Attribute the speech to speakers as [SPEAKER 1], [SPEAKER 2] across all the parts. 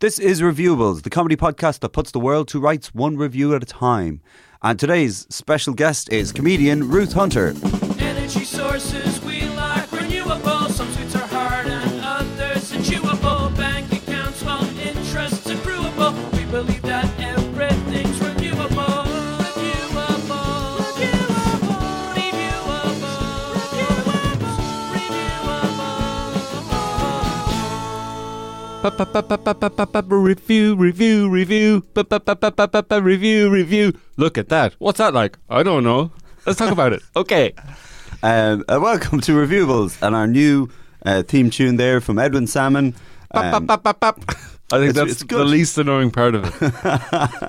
[SPEAKER 1] This is Reviewables, the comedy podcast that puts the world to rights one review at a time. And today's special guest is comedian Ruth Hunter.
[SPEAKER 2] Energy sources we like renewable. Some sweets are hard and others are chewable. Bank accounts while interests accruable. We believe that everything's renewable. Renewable. Renewable. Renewable.
[SPEAKER 3] Review, review, review. Review, review. Look at that. What's that like? I don't know. Let's talk about it. Okay.
[SPEAKER 1] Um, uh, welcome to Reviewables and our new uh, theme tune there from Edwin Salmon. Um,
[SPEAKER 3] I think
[SPEAKER 1] It's-
[SPEAKER 3] that's
[SPEAKER 1] it's
[SPEAKER 3] the
[SPEAKER 1] good.
[SPEAKER 3] least annoying part of it.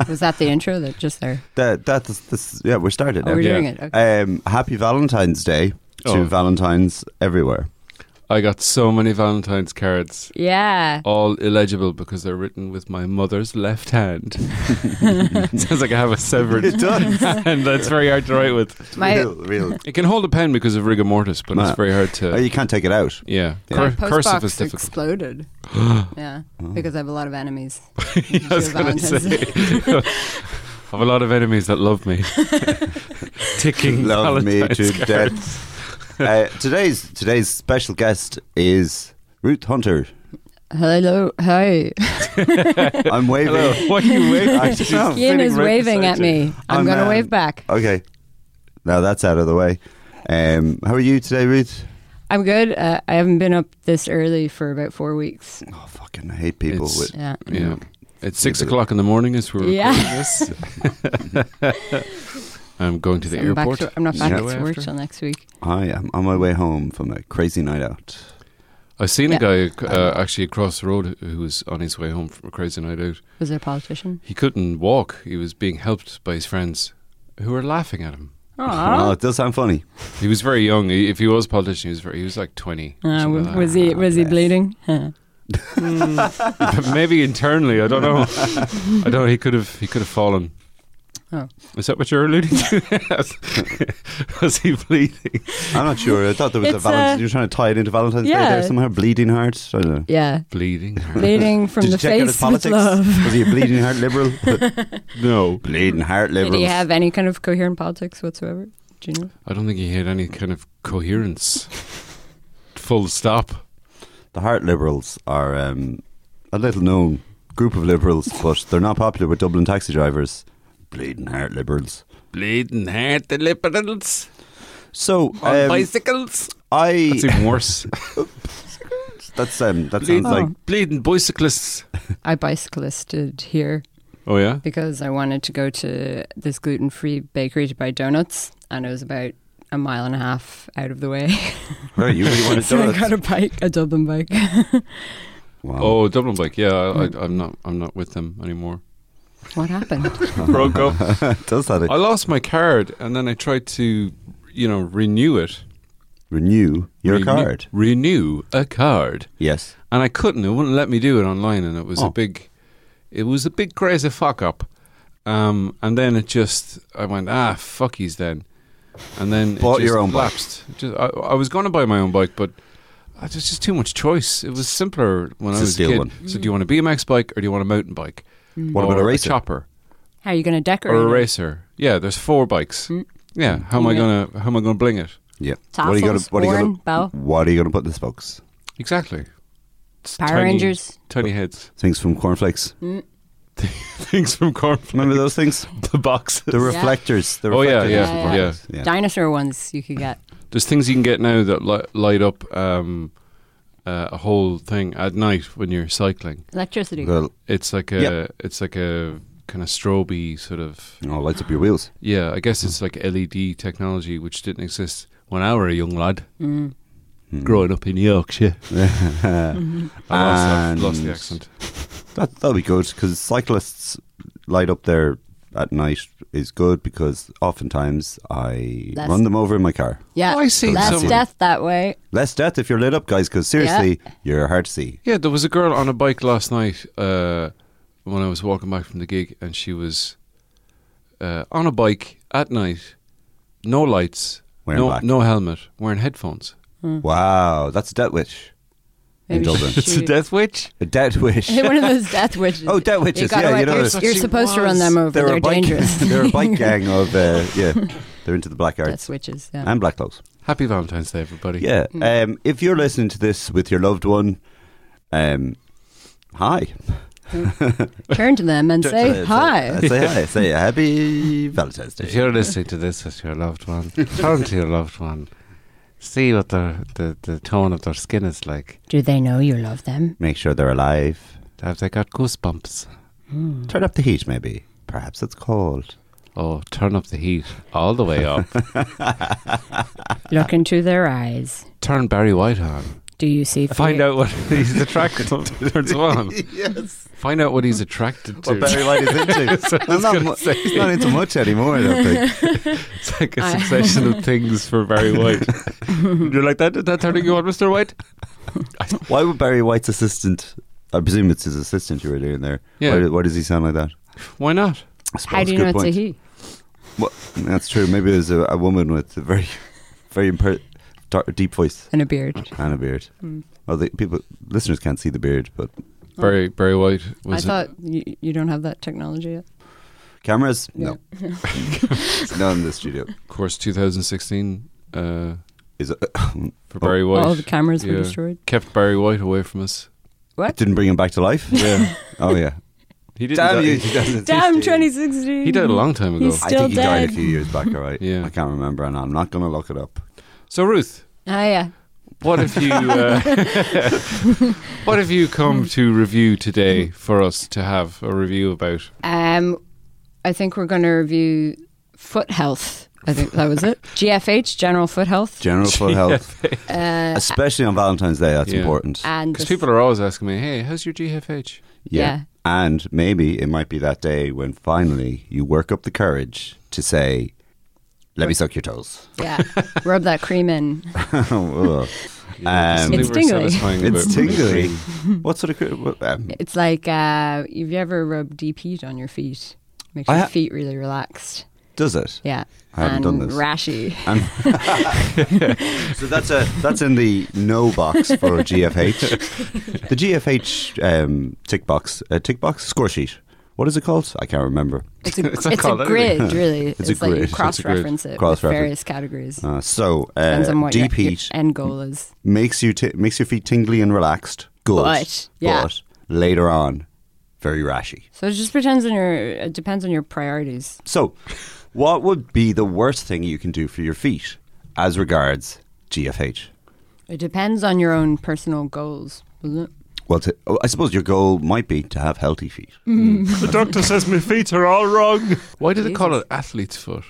[SPEAKER 4] Was that the intro that just there?
[SPEAKER 1] that, that's, this, yeah, we're started
[SPEAKER 4] Oh,
[SPEAKER 1] now.
[SPEAKER 4] we're
[SPEAKER 3] Yeah.
[SPEAKER 4] doing it. Okay.
[SPEAKER 1] Um, happy Valentine's Day to
[SPEAKER 3] Oh.
[SPEAKER 1] Valentines everywhere.
[SPEAKER 3] I got so many Valentine's cards,
[SPEAKER 4] yeah.
[SPEAKER 3] all illegible because they're written with my mother's left hand. Sounds like I have a severed
[SPEAKER 1] does.
[SPEAKER 3] hand that's very hard to write with.
[SPEAKER 4] My
[SPEAKER 1] real, real.
[SPEAKER 3] It can hold a pen because of rigor mortis, but
[SPEAKER 1] Nah.
[SPEAKER 3] it's very hard
[SPEAKER 1] Oh,
[SPEAKER 3] to.
[SPEAKER 1] you can't take it out.
[SPEAKER 3] yeah. Cur-
[SPEAKER 4] my post
[SPEAKER 3] cursive is
[SPEAKER 4] box
[SPEAKER 3] difficult.
[SPEAKER 4] exploded. yeah, because I have a lot of enemies.
[SPEAKER 3] I was
[SPEAKER 4] Your
[SPEAKER 3] going to say.
[SPEAKER 4] Valentine's
[SPEAKER 3] I have a lot of enemies that love me. Ticking
[SPEAKER 1] Love me
[SPEAKER 3] Valentine's
[SPEAKER 1] to
[SPEAKER 3] cards.
[SPEAKER 1] death. Uh, today's today's special guest is Ruth Hunter.
[SPEAKER 4] Hello, hi.
[SPEAKER 1] I'm waving.
[SPEAKER 3] Hello. What are you waving?
[SPEAKER 1] I don't know.
[SPEAKER 4] Ian is waving at me. I'm
[SPEAKER 1] I'm,
[SPEAKER 4] gonna
[SPEAKER 1] um,
[SPEAKER 4] wave back.
[SPEAKER 1] Okay, now that's out of the way. Um, how are you today, Ruth?
[SPEAKER 4] I'm good. Uh, I haven't been up this early for about four weeks.
[SPEAKER 1] Oh, fucking I hate people.
[SPEAKER 3] It's-
[SPEAKER 1] with,
[SPEAKER 4] Yeah.
[SPEAKER 3] Yeah. It's
[SPEAKER 1] Yeah,
[SPEAKER 3] six
[SPEAKER 1] but-
[SPEAKER 3] o'clock in the morning as we're
[SPEAKER 4] Yeah.
[SPEAKER 3] recording this. I'm going to the
[SPEAKER 4] So I'm, back
[SPEAKER 3] airport.
[SPEAKER 4] to, I'm not back
[SPEAKER 3] straight
[SPEAKER 4] to
[SPEAKER 3] away
[SPEAKER 4] work
[SPEAKER 3] after.
[SPEAKER 4] till next week.
[SPEAKER 1] I am on my way home from a crazy night out.
[SPEAKER 3] I've seen
[SPEAKER 4] Yeah.
[SPEAKER 3] a guy uh, actually across the road who was on his way home from a crazy night out.
[SPEAKER 4] Was there a politician?
[SPEAKER 3] He couldn't walk. He was being helped by his friends who were laughing at him.
[SPEAKER 1] Oh,
[SPEAKER 4] Aw. Uh,
[SPEAKER 1] it does sound funny.
[SPEAKER 3] He was very young. He- If he was a politician, he was, very, he was like 20. or
[SPEAKER 4] Uh,
[SPEAKER 3] something
[SPEAKER 4] w-
[SPEAKER 3] like
[SPEAKER 4] was he was he
[SPEAKER 1] bless.
[SPEAKER 4] bleeding? Huh.
[SPEAKER 3] that. Maybe internally. I don't know. I don't He could have He could have fallen.
[SPEAKER 4] Oh.
[SPEAKER 3] Is that what you're alluding to? was he bleeding?
[SPEAKER 1] I'm not sure. I thought there was a
[SPEAKER 4] It's,
[SPEAKER 1] Valentine's.
[SPEAKER 4] uh,
[SPEAKER 1] you were trying to tie it into Valentine's Day
[SPEAKER 4] yeah.
[SPEAKER 1] there somehow. Bleeding heart. I don't know.
[SPEAKER 4] Yeah,
[SPEAKER 3] Bleeding. heart.
[SPEAKER 4] bleeding from
[SPEAKER 1] Did
[SPEAKER 4] the
[SPEAKER 1] you check out his
[SPEAKER 4] face with
[SPEAKER 1] politics?
[SPEAKER 4] love.
[SPEAKER 1] Was he a bleeding heart liberal?
[SPEAKER 3] No.
[SPEAKER 1] bleeding heart liberal.
[SPEAKER 4] Did he have any kind of coherent politics whatsoever? Do you know?
[SPEAKER 3] I don't think he had any kind of coherence. Full stop.
[SPEAKER 1] The Heart Liberals are um, a little known group of liberals, but they're not popular with Dublin taxi drivers. Bleeding Heart Liberals.
[SPEAKER 3] Bleeding heart liberals
[SPEAKER 1] So
[SPEAKER 3] on
[SPEAKER 1] um,
[SPEAKER 3] bicycles. It's
[SPEAKER 1] I
[SPEAKER 3] even worse.
[SPEAKER 1] that's um, that
[SPEAKER 3] bleeding,
[SPEAKER 1] sounds like
[SPEAKER 3] bleeding bicyclists.
[SPEAKER 4] I bicyclisted here
[SPEAKER 3] Oh yeah.
[SPEAKER 4] because I wanted to go to this gluten free bakery to buy donuts, and it was about a mile and a half out of the way.
[SPEAKER 1] right. You really want to
[SPEAKER 4] so
[SPEAKER 1] do
[SPEAKER 4] I
[SPEAKER 1] it.
[SPEAKER 4] got a bike, a Dublin bike.
[SPEAKER 1] Wow.
[SPEAKER 3] Oh, Dublin bike. Yeah, I, I, I'm not. I'm not with them anymore.
[SPEAKER 4] what happened?
[SPEAKER 3] Broke up.
[SPEAKER 1] does that
[SPEAKER 3] I lost my card, and then I tried to, you know, renew it.
[SPEAKER 1] renew your
[SPEAKER 3] Renew-
[SPEAKER 1] card?
[SPEAKER 3] Renew a card,
[SPEAKER 1] Yes.
[SPEAKER 3] and I couldn't. It wouldn't let me do it online, and it was
[SPEAKER 1] Oh.
[SPEAKER 3] a big, it was a big crazy fuck up. Um, and then it just, I went ah fuckies then, and then
[SPEAKER 1] Bought
[SPEAKER 3] it just
[SPEAKER 1] your own bike.
[SPEAKER 3] lapsed. Just, I, I was going to buy my own bike, but I- there's just too much choice. It was simpler when
[SPEAKER 1] It's a
[SPEAKER 3] I was a
[SPEAKER 1] steel
[SPEAKER 3] kid.
[SPEAKER 1] one.
[SPEAKER 3] So do you want a BMX bike or do you want a mountain bike?
[SPEAKER 4] Mm.
[SPEAKER 1] What about
[SPEAKER 3] Or
[SPEAKER 1] a racer?
[SPEAKER 3] chopper?
[SPEAKER 4] How are you going to decorate?
[SPEAKER 3] or a
[SPEAKER 4] it?
[SPEAKER 3] racer. Yeah, there's four bikes. Yeah, how am I
[SPEAKER 4] Mm. Yeah.
[SPEAKER 3] gonna how am I gonna bling it?
[SPEAKER 1] Yeah.
[SPEAKER 4] Tassels,
[SPEAKER 1] what are you gonna?
[SPEAKER 4] horn, bow.
[SPEAKER 1] What are you gonna put in the spokes?
[SPEAKER 3] Exactly. It's
[SPEAKER 4] Power
[SPEAKER 3] tiny-
[SPEAKER 4] Rangers.
[SPEAKER 3] tiny heads,
[SPEAKER 1] Things from cornflakes.
[SPEAKER 4] Mm.
[SPEAKER 3] things from
[SPEAKER 1] Remember
[SPEAKER 3] cornflakes,
[SPEAKER 1] those things?
[SPEAKER 3] the boxes.
[SPEAKER 1] The reflectors. The
[SPEAKER 3] Oh, yeah,
[SPEAKER 1] reflectors
[SPEAKER 3] yeah,
[SPEAKER 1] from
[SPEAKER 3] yeah.
[SPEAKER 1] cornflakes.
[SPEAKER 4] Dinosaur ones you could get.
[SPEAKER 3] There's things you can get now that li- light up um, uh, a whole thing at night when you're cycling.
[SPEAKER 4] Electricity.
[SPEAKER 1] Well,
[SPEAKER 3] It's like a
[SPEAKER 1] Yep.
[SPEAKER 3] it's like a kind of stroby sort of
[SPEAKER 1] oh, lights up your wheels.
[SPEAKER 3] yeah. I guess it's like LED technology which didn't exist when I were a young lad growing up in Yorkshire. I lost, I've lost the
[SPEAKER 1] And-
[SPEAKER 3] accent.
[SPEAKER 1] That that'll be good because cyclists light up there at night is good because oftentimes I
[SPEAKER 4] Less-
[SPEAKER 1] run them over in my car.
[SPEAKER 4] Yeah.
[SPEAKER 3] I see
[SPEAKER 4] Less
[SPEAKER 3] some-
[SPEAKER 4] death that way.
[SPEAKER 1] Less death if you're lit up, guys. Because seriously, you're hard to see.
[SPEAKER 3] Yeah, there was a girl on a bike last night uh, when I was walking back from the gig, and she was uh, on a bike at night, no lights,
[SPEAKER 1] Wearing
[SPEAKER 3] no
[SPEAKER 1] black.
[SPEAKER 4] Hmm.
[SPEAKER 3] no helmet, wearing headphones.
[SPEAKER 1] Wow, that's a death wish. in Dublin.
[SPEAKER 4] she-
[SPEAKER 3] It's a death witch.
[SPEAKER 1] A dead wish.
[SPEAKER 4] Hey, one of those death witches.
[SPEAKER 1] Oh, death witches,
[SPEAKER 4] You gotta
[SPEAKER 1] yeah,
[SPEAKER 4] wipe
[SPEAKER 1] you know,
[SPEAKER 4] them.
[SPEAKER 1] that's
[SPEAKER 4] you're
[SPEAKER 3] what
[SPEAKER 4] supposed
[SPEAKER 3] she
[SPEAKER 4] to run
[SPEAKER 3] was.
[SPEAKER 4] them over. They're,
[SPEAKER 1] a bike,
[SPEAKER 4] dangerous.
[SPEAKER 1] they're a bike gang of uh, yeah. They're into the black
[SPEAKER 4] death
[SPEAKER 1] arts
[SPEAKER 4] witches. Yeah. Hmm.
[SPEAKER 1] and black clothes.
[SPEAKER 3] Happy Valentine's Day, everybody.
[SPEAKER 1] Yeah. Um, if you're listening to this with your loved one, um, hi.
[SPEAKER 4] Turn to them Hmm. and say
[SPEAKER 1] Uh,
[SPEAKER 4] hi.
[SPEAKER 1] Say, hi. Say happy Valentine's Day.
[SPEAKER 3] If you're listening to this with your loved one, turn to your loved one. See what their, the, the tone of their skin is like.
[SPEAKER 4] Do they know you love them?
[SPEAKER 1] Make sure they're alive.
[SPEAKER 3] Have they got goosebumps?
[SPEAKER 4] Hmm.
[SPEAKER 1] Turn up the heat, maybe. Perhaps it's cold.
[SPEAKER 3] Oh, turn up the heat all the way up.
[SPEAKER 4] Look into their eyes.
[SPEAKER 3] turn Barry White on.
[SPEAKER 4] Do you see?
[SPEAKER 3] Find
[SPEAKER 4] fear?
[SPEAKER 3] out what he's attracted to. on.
[SPEAKER 1] yes.
[SPEAKER 3] Find out what he's attracted to.
[SPEAKER 1] What Barry White is into. Well, not mu- he's not into much anymore, I don't think.
[SPEAKER 3] It's like a succession of things for Barry White. You're like, that, that turning you on, Mr. White?
[SPEAKER 1] Why would Barry White's assistant, I presume it's his assistant you were doing there,
[SPEAKER 3] Yeah.
[SPEAKER 1] why, do- why does he sound like that?
[SPEAKER 3] Why not?
[SPEAKER 1] I suppose,
[SPEAKER 4] How do you
[SPEAKER 1] good
[SPEAKER 4] know it's a
[SPEAKER 1] point.
[SPEAKER 4] he?
[SPEAKER 1] Well, that's true. Maybe it was a, a woman with a very, very imper- dark, deep voice
[SPEAKER 4] And a beard.
[SPEAKER 1] and a beard.
[SPEAKER 4] Hmm.
[SPEAKER 1] Well, the people listeners can't see the beard, but
[SPEAKER 3] Barry, Barry White was
[SPEAKER 4] Oh. I thought you, you don't have that technology yet.
[SPEAKER 1] cameras, no, not in the studio.
[SPEAKER 3] of course, 2016 uh,
[SPEAKER 1] Is it, Oh.
[SPEAKER 3] for Barry White.
[SPEAKER 4] All the cameras were
[SPEAKER 3] Yeah.
[SPEAKER 4] destroyed.
[SPEAKER 3] Kept Barry White away from us.
[SPEAKER 4] What?
[SPEAKER 1] didn't bring him back to life?
[SPEAKER 3] Yeah.
[SPEAKER 1] Oh yeah.
[SPEAKER 3] he didn't
[SPEAKER 1] Damn
[SPEAKER 3] die-
[SPEAKER 1] you! 2016.
[SPEAKER 4] Damn, 2016.
[SPEAKER 3] He died a long time ago.
[SPEAKER 4] He's-
[SPEAKER 1] I
[SPEAKER 4] Still
[SPEAKER 1] think he died
[SPEAKER 4] dead.
[SPEAKER 1] a few years back. All right.
[SPEAKER 3] Yeah.
[SPEAKER 1] I can't remember, and I'm not gonna look it up.
[SPEAKER 3] So, Ruth,
[SPEAKER 4] Ah, yeah.
[SPEAKER 3] what if you uh, what if you come to review today for us to have a review about?
[SPEAKER 4] Um, I think we're going to review foot health. I think that was it. GFH, general foot health.
[SPEAKER 1] General foot health,
[SPEAKER 4] uh,
[SPEAKER 1] especially on Valentine's Day, that's
[SPEAKER 3] Yeah.
[SPEAKER 1] important.
[SPEAKER 4] and
[SPEAKER 3] Because
[SPEAKER 4] the-
[SPEAKER 3] people are always asking me, "Hey, how's your GFH?"
[SPEAKER 4] yeah.
[SPEAKER 1] And maybe it might be that day when finally you work up the courage to say, "Let me suck your toes."
[SPEAKER 4] yeah, rub that cream in.
[SPEAKER 1] Ugh. Um,
[SPEAKER 3] Something
[SPEAKER 4] It's
[SPEAKER 3] we're
[SPEAKER 4] tingly.
[SPEAKER 3] satisfying
[SPEAKER 1] It's
[SPEAKER 3] about-
[SPEAKER 1] tingly. what sort of? cri- what- Um,
[SPEAKER 4] It's like uh, have you ever rubbed deep heat on your feet? Makes
[SPEAKER 1] I
[SPEAKER 4] your
[SPEAKER 1] ha-
[SPEAKER 4] feet really relaxed.
[SPEAKER 1] does it?
[SPEAKER 4] Yeah,
[SPEAKER 1] I haven't done
[SPEAKER 4] and
[SPEAKER 1] this.
[SPEAKER 4] rashy.
[SPEAKER 1] So that's a that's in the no box for GFH. the GFH um, tick box, uh, tick box score sheet. What is it called? I can't remember.
[SPEAKER 4] It's a,
[SPEAKER 3] It's
[SPEAKER 4] it's
[SPEAKER 3] not
[SPEAKER 4] a
[SPEAKER 3] called anything.
[SPEAKER 4] grid, really. It's,
[SPEAKER 1] a
[SPEAKER 4] like
[SPEAKER 1] grid.
[SPEAKER 4] you
[SPEAKER 1] It's a
[SPEAKER 4] cross reference it with
[SPEAKER 1] Cross-reference.
[SPEAKER 4] various categories.
[SPEAKER 1] Uh, so
[SPEAKER 4] Depends on
[SPEAKER 1] uh,
[SPEAKER 4] what your,
[SPEAKER 1] deep
[SPEAKER 4] your
[SPEAKER 1] heat
[SPEAKER 4] end goal is.
[SPEAKER 1] makes you ti makes your feet tingly and relaxed. Good,
[SPEAKER 4] But, yeah.
[SPEAKER 1] But later on, very rashy.
[SPEAKER 4] So it just depends on your it depends on your priorities.
[SPEAKER 1] So, what would be the worst thing you can do for your feet as regards GFH?
[SPEAKER 4] It depends on your own personal goals. doesn't it?
[SPEAKER 1] Well, to, oh, I suppose your goal might be to have healthy feet.
[SPEAKER 4] Mm.
[SPEAKER 3] The doctor says my feet are all wrong. Why do they call it athlete's foot?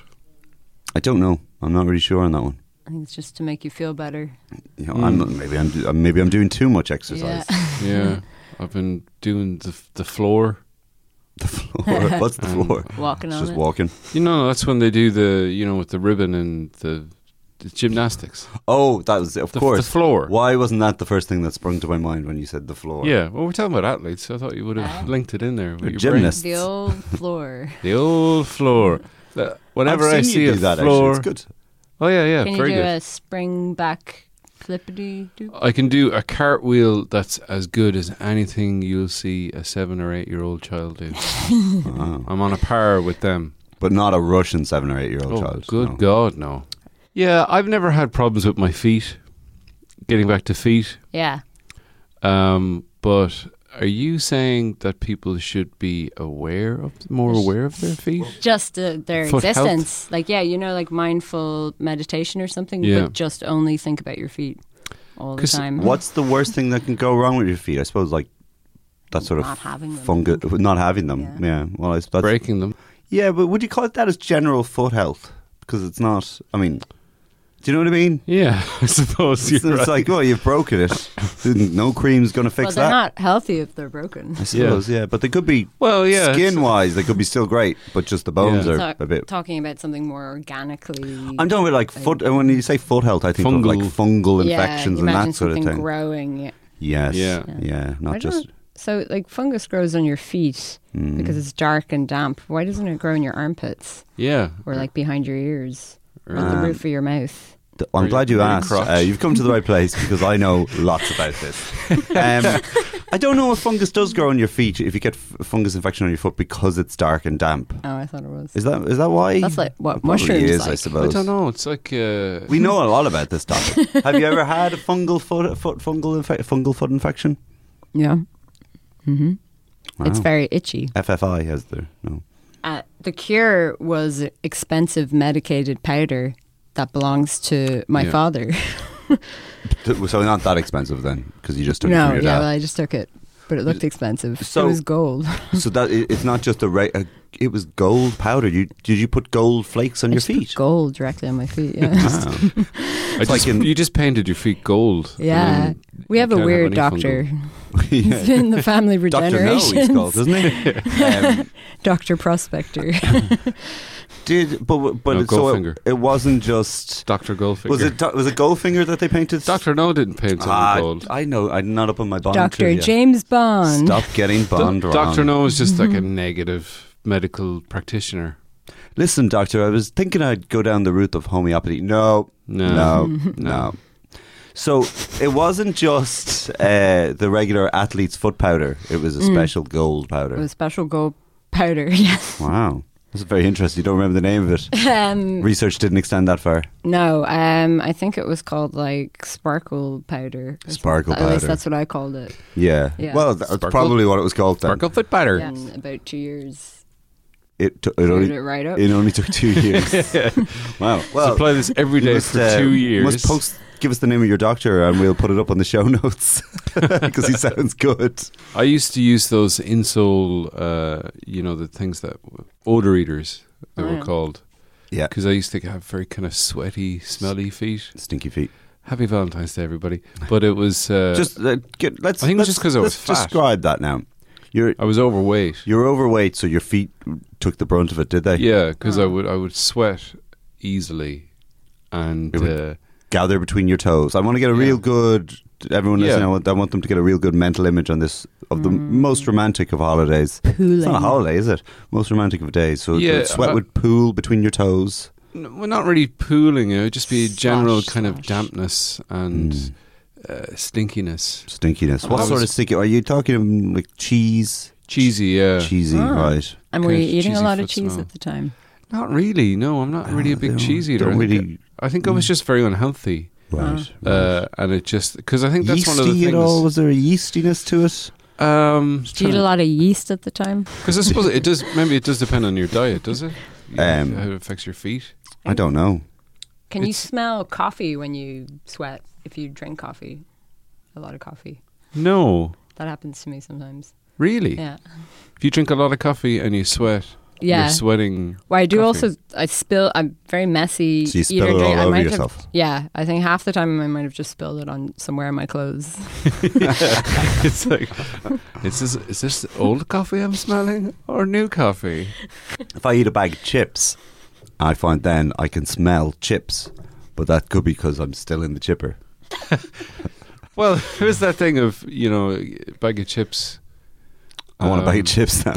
[SPEAKER 1] I don't know. I'm not really sure on that one.
[SPEAKER 4] I think it's just to make you feel better.
[SPEAKER 1] You know, I'm not, maybe I'm do- maybe I'm doing too much exercise.
[SPEAKER 4] Mm. Yeah.
[SPEAKER 3] Yeah, I've been doing the the floor.
[SPEAKER 1] The floor. What's the floor?
[SPEAKER 4] Walking
[SPEAKER 1] It's
[SPEAKER 4] on
[SPEAKER 1] just
[SPEAKER 4] it.
[SPEAKER 1] walking.
[SPEAKER 3] You know, that's when they do the you know with the ribbon and the, the gymnastics.
[SPEAKER 1] Oh, that was of
[SPEAKER 3] The-
[SPEAKER 1] course
[SPEAKER 3] the floor.
[SPEAKER 1] Why wasn't that the first thing that sprung to my mind when you said the floor?
[SPEAKER 3] Yeah, well, we're talking about athletes, so I thought you would have Ah. linked it in there. With your brain.
[SPEAKER 1] gymnasts.
[SPEAKER 4] the old floor.
[SPEAKER 3] The old floor. Uh,
[SPEAKER 1] I've
[SPEAKER 3] Whenever
[SPEAKER 1] seen
[SPEAKER 3] I see
[SPEAKER 1] you
[SPEAKER 3] a
[SPEAKER 1] do that,
[SPEAKER 3] floor,
[SPEAKER 1] actually. it's good.
[SPEAKER 3] oh yeah, yeah,
[SPEAKER 4] Can you
[SPEAKER 3] very
[SPEAKER 4] do
[SPEAKER 3] good.
[SPEAKER 4] a spring back flippity doop?
[SPEAKER 1] Uh,
[SPEAKER 3] I can do a cartwheel that's as good as anything you'll see a seven or eight year old child do.
[SPEAKER 1] Ah.
[SPEAKER 3] I'm on a par with them.
[SPEAKER 1] But not a Russian seven or eight year old
[SPEAKER 3] Oh,
[SPEAKER 1] child.
[SPEAKER 3] good
[SPEAKER 1] no.
[SPEAKER 3] God, no. Yeah, I've never had problems with my feet. Getting back to feet,
[SPEAKER 4] Yeah.
[SPEAKER 3] um, but are you saying that people should be aware of more aware of their feet?
[SPEAKER 4] Just uh, their
[SPEAKER 3] Foot health.
[SPEAKER 4] existence. Like yeah, you know like mindful meditation or something,
[SPEAKER 3] Yeah.
[SPEAKER 4] but just only think about your feet all the
[SPEAKER 3] 'Cause
[SPEAKER 4] time.
[SPEAKER 1] What's the worst thing that can go wrong with your feet? I suppose like that sort
[SPEAKER 4] Not
[SPEAKER 1] of
[SPEAKER 4] having them.
[SPEAKER 1] fungus, not having them. Yeah.
[SPEAKER 4] Yeah.
[SPEAKER 1] Well, I suppose that's,
[SPEAKER 3] Breaking them.
[SPEAKER 1] yeah, but would you call it that as general foot health? Because it's not. I mean, do you know what I mean?
[SPEAKER 3] Yeah, I suppose
[SPEAKER 1] It's,
[SPEAKER 3] you're
[SPEAKER 1] it's
[SPEAKER 3] right.
[SPEAKER 1] like, oh, you've broken it. no cream's going to
[SPEAKER 4] Well,
[SPEAKER 1] fix
[SPEAKER 4] they're
[SPEAKER 1] that.
[SPEAKER 4] not healthy if they're broken.
[SPEAKER 1] I suppose, yeah. But they could be
[SPEAKER 3] well, yeah, it's-
[SPEAKER 1] skin-wise. They could be still great, but just the bones
[SPEAKER 3] Yeah.
[SPEAKER 1] are
[SPEAKER 4] Talk-
[SPEAKER 1] a bit.
[SPEAKER 4] talking about something more organically.
[SPEAKER 1] I'm talking about like foot. And when you say foot health, I think of like
[SPEAKER 3] Fungal.
[SPEAKER 1] fungal
[SPEAKER 4] Yeah,
[SPEAKER 1] infections and
[SPEAKER 4] imagine
[SPEAKER 1] that sort of
[SPEAKER 4] something
[SPEAKER 1] thing.
[SPEAKER 4] growing.
[SPEAKER 1] yes.
[SPEAKER 3] Yeah.
[SPEAKER 1] Yeah.
[SPEAKER 3] Yeah.
[SPEAKER 1] Not
[SPEAKER 4] Why
[SPEAKER 1] just. Mm.
[SPEAKER 4] don't- so like fungus grows on your feet because it's dark and damp. Why doesn't it grow in your armpits
[SPEAKER 3] Yeah.
[SPEAKER 1] Ah.
[SPEAKER 4] or like behind your ears or on the roof of your mouth?
[SPEAKER 1] Th- I'm
[SPEAKER 3] Very-
[SPEAKER 1] glad you
[SPEAKER 3] very
[SPEAKER 1] asked.
[SPEAKER 3] crotch.
[SPEAKER 1] Uh, you've come to the right place because I know lots about this. Um, I don't know if fungus does grow on your feet if you get f- fungus infection on your foot because it's dark and damp.
[SPEAKER 4] Oh, I thought it was.
[SPEAKER 1] Is that is that why?
[SPEAKER 4] That's like what
[SPEAKER 1] It probably
[SPEAKER 4] mushrooms
[SPEAKER 1] is, I
[SPEAKER 4] like.
[SPEAKER 1] suppose.
[SPEAKER 3] I don't know. It's like uh,
[SPEAKER 1] We know a lot about this topic. Have you ever had a fungal foot, foot fungal infe- fungal foot infection?
[SPEAKER 4] Yeah. Mm-hmm. It's
[SPEAKER 1] Wow.
[SPEAKER 4] very itchy.
[SPEAKER 1] FFI has there no.
[SPEAKER 4] Uh, the cure was expensive medicated powder that belongs to my
[SPEAKER 3] Yeah.
[SPEAKER 4] father.
[SPEAKER 1] So not that expensive then, because you just took it
[SPEAKER 4] no,
[SPEAKER 1] from your
[SPEAKER 4] yeah,
[SPEAKER 1] dad.
[SPEAKER 4] well, I just took it, but it looked expensive.
[SPEAKER 1] So-
[SPEAKER 4] it was gold.
[SPEAKER 1] So that it- it's not just a, re- a it was gold powder. You did you put gold flakes on
[SPEAKER 4] I
[SPEAKER 1] your
[SPEAKER 4] just put
[SPEAKER 1] feet?
[SPEAKER 4] Gold directly on my feet. Yeah.
[SPEAKER 1] Wow.
[SPEAKER 3] I
[SPEAKER 1] It's
[SPEAKER 3] just,
[SPEAKER 1] like in-
[SPEAKER 3] you just painted your feet gold.
[SPEAKER 4] yeah.
[SPEAKER 3] Mm.
[SPEAKER 4] We
[SPEAKER 3] You
[SPEAKER 4] have a
[SPEAKER 3] can't have
[SPEAKER 4] weird
[SPEAKER 3] any
[SPEAKER 4] doctor.
[SPEAKER 1] Yeah.
[SPEAKER 4] He's been in the family for
[SPEAKER 1] Doctor No, he's
[SPEAKER 4] generations.
[SPEAKER 1] called, isn't he? um,
[SPEAKER 4] Doctor Prospector.
[SPEAKER 1] did but but
[SPEAKER 3] No,
[SPEAKER 1] it- so
[SPEAKER 3] Goldfinger.
[SPEAKER 1] it, it wasn't just
[SPEAKER 3] Doctor Goldfinger.
[SPEAKER 1] was it Do- was it Goldfinger that they painted?
[SPEAKER 3] Doctor No didn't paint something
[SPEAKER 1] Ah,
[SPEAKER 3] gold.
[SPEAKER 1] I know. I'm not up on my Bond.
[SPEAKER 4] Doctor
[SPEAKER 1] trivia.
[SPEAKER 4] James Bond.
[SPEAKER 1] Stop getting Bond wrong.
[SPEAKER 3] Doctor No is just like a negative medical practitioner.
[SPEAKER 1] Listen, Doctor, I was thinking I'd go down the route of homeopathy. No, no,
[SPEAKER 3] No.
[SPEAKER 1] no. So it wasn't just uh, the regular athlete's foot powder; it was a
[SPEAKER 4] Mm.
[SPEAKER 1] special gold powder.
[SPEAKER 4] With special gold powder. Yeah.
[SPEAKER 1] wow, that's very interesting. You don't remember the name of it?
[SPEAKER 4] Um,
[SPEAKER 1] Research didn't extend that far.
[SPEAKER 4] No, um, I think it was called like sparkle powder. or
[SPEAKER 1] Sparkle
[SPEAKER 4] something. At least
[SPEAKER 1] powder.
[SPEAKER 4] that's what I called it.
[SPEAKER 1] Yeah.
[SPEAKER 4] Yeah.
[SPEAKER 1] Well, that's
[SPEAKER 3] Sparkle?
[SPEAKER 1] probably what it was called then.
[SPEAKER 3] Sparkle foot powder.
[SPEAKER 4] In about two years,
[SPEAKER 1] It, t- it
[SPEAKER 4] wrote
[SPEAKER 1] only
[SPEAKER 4] it right up.
[SPEAKER 1] it only took two years. wow. Well,
[SPEAKER 3] Supply this every
[SPEAKER 1] you
[SPEAKER 3] day
[SPEAKER 1] must,
[SPEAKER 3] for
[SPEAKER 1] uh,
[SPEAKER 3] two
[SPEAKER 1] you
[SPEAKER 3] years.
[SPEAKER 1] Must post. Give us the name of your doctor, and we'll put it up on the show notes because he sounds good.
[SPEAKER 3] I used to use those insole, uh, you know, the things that odor eaters they
[SPEAKER 4] Oh,
[SPEAKER 3] were
[SPEAKER 4] yeah.
[SPEAKER 3] called,
[SPEAKER 1] Yeah.
[SPEAKER 3] because I used to have very kind of sweaty, smelly feet.
[SPEAKER 1] Stinky feet.
[SPEAKER 3] Happy Valentine's Day, everybody! But it was uh,
[SPEAKER 1] just uh, get, let's.
[SPEAKER 3] I think it was
[SPEAKER 1] let's,
[SPEAKER 3] just 'cause I was
[SPEAKER 1] let's
[SPEAKER 3] fat. Oh.
[SPEAKER 1] Describe that now. You're
[SPEAKER 3] I was overweight.
[SPEAKER 1] you're overweight, so your feet took the brunt of it, did they?
[SPEAKER 3] Yeah, because I
[SPEAKER 4] Oh.
[SPEAKER 3] would I would sweat easily, and
[SPEAKER 1] It would-
[SPEAKER 3] uh,
[SPEAKER 1] Gather between your toes. I want to get a
[SPEAKER 3] Yeah.
[SPEAKER 1] real good. Everyone listening,
[SPEAKER 3] Yeah. Mm.
[SPEAKER 1] I, want, I want them to get a real good mental image on this of the most romantic of holidays. It's not a
[SPEAKER 4] Pooling.
[SPEAKER 1] holiday, is it? Most romantic of days. So
[SPEAKER 3] Yeah,
[SPEAKER 1] the sweat
[SPEAKER 3] uh,
[SPEAKER 1] would pool between your toes.
[SPEAKER 3] n- well, not really pooling. It would just be a general
[SPEAKER 4] Slosh,
[SPEAKER 3] kind of
[SPEAKER 4] slosh.
[SPEAKER 3] dampness and
[SPEAKER 1] Mm.
[SPEAKER 3] uh, stinkiness.
[SPEAKER 1] Stinkiness. What
[SPEAKER 3] I
[SPEAKER 1] sort
[SPEAKER 3] was-
[SPEAKER 1] of sticky? Are you talking like cheese?
[SPEAKER 3] Cheesy, yeah. Ah,
[SPEAKER 1] Cheesy, right?
[SPEAKER 4] and were
[SPEAKER 3] Kind
[SPEAKER 4] you
[SPEAKER 3] of
[SPEAKER 4] eating a
[SPEAKER 3] cheesy
[SPEAKER 4] lot of
[SPEAKER 3] foot
[SPEAKER 4] cheese
[SPEAKER 3] smell.
[SPEAKER 4] at the time?
[SPEAKER 3] Not really. No, I'm not really a big
[SPEAKER 1] Ah, Don't-
[SPEAKER 3] cheese eater.
[SPEAKER 1] Don't
[SPEAKER 3] I think
[SPEAKER 1] really.
[SPEAKER 3] I, I think I was just very unhealthy,
[SPEAKER 1] Right. right.
[SPEAKER 3] uh, and it just because I think that's
[SPEAKER 1] Yeasty
[SPEAKER 3] one of the
[SPEAKER 1] at all?
[SPEAKER 3] things.
[SPEAKER 1] Was there a yeastiness to it?
[SPEAKER 3] Um,
[SPEAKER 4] Did you eat a lot of yeast at the time?
[SPEAKER 3] because I suppose it does. Maybe it does depend on your diet, does it? You know,
[SPEAKER 1] Um,
[SPEAKER 3] how it affects your feet.
[SPEAKER 1] I don't know.
[SPEAKER 4] Can you
[SPEAKER 3] It's-
[SPEAKER 4] smell coffee when you sweat? If you drink coffee, a lot of coffee.
[SPEAKER 3] No,
[SPEAKER 4] That happens to me sometimes.
[SPEAKER 3] really.
[SPEAKER 4] Yeah.
[SPEAKER 3] If you drink a lot of coffee and you sweat,
[SPEAKER 4] Yeah.
[SPEAKER 3] you're sweating.
[SPEAKER 4] Well, I do
[SPEAKER 3] Coffee.
[SPEAKER 4] also. I spill. I'm very messy.
[SPEAKER 1] So you
[SPEAKER 4] eater,
[SPEAKER 1] spill it all
[SPEAKER 4] I
[SPEAKER 1] over
[SPEAKER 4] might have-
[SPEAKER 1] yourself.
[SPEAKER 4] yeah, I think half the time I might have just spilled it on somewhere in my clothes.
[SPEAKER 3] it's like, is this is this old coffee I'm smelling or new coffee?
[SPEAKER 1] If I eat a bag of chips, I find then I can smell chips, but that could be because I'm still in the chipper.
[SPEAKER 3] Well, it was that thing of you know, a bag of chips.
[SPEAKER 1] I want a bag
[SPEAKER 3] Um,
[SPEAKER 1] of chips now.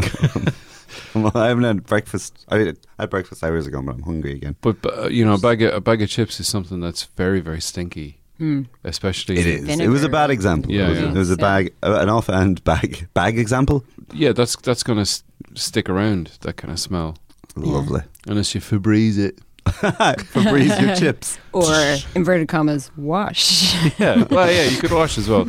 [SPEAKER 1] Well, I haven't had breakfast. I, mean, I had breakfast hours ago, but I'm hungry again.
[SPEAKER 3] But, but uh, you know, a bag of, a bag of chips is something that's very very stinky,
[SPEAKER 4] Mm.
[SPEAKER 3] especially
[SPEAKER 1] It is. It
[SPEAKER 4] Vinegar.
[SPEAKER 1] was a bad example.
[SPEAKER 3] Yeah,
[SPEAKER 1] it was,
[SPEAKER 3] yeah.
[SPEAKER 1] it was a bag, uh, an offhand bag, bag example.
[SPEAKER 3] Yeah, that's that's gonna s- stick around that kind of smell
[SPEAKER 1] Lovely.
[SPEAKER 3] unless you Febreze it.
[SPEAKER 1] Febreze your chips.
[SPEAKER 4] or inverted commas wash.
[SPEAKER 3] Yeah, well, yeah, you could wash as well.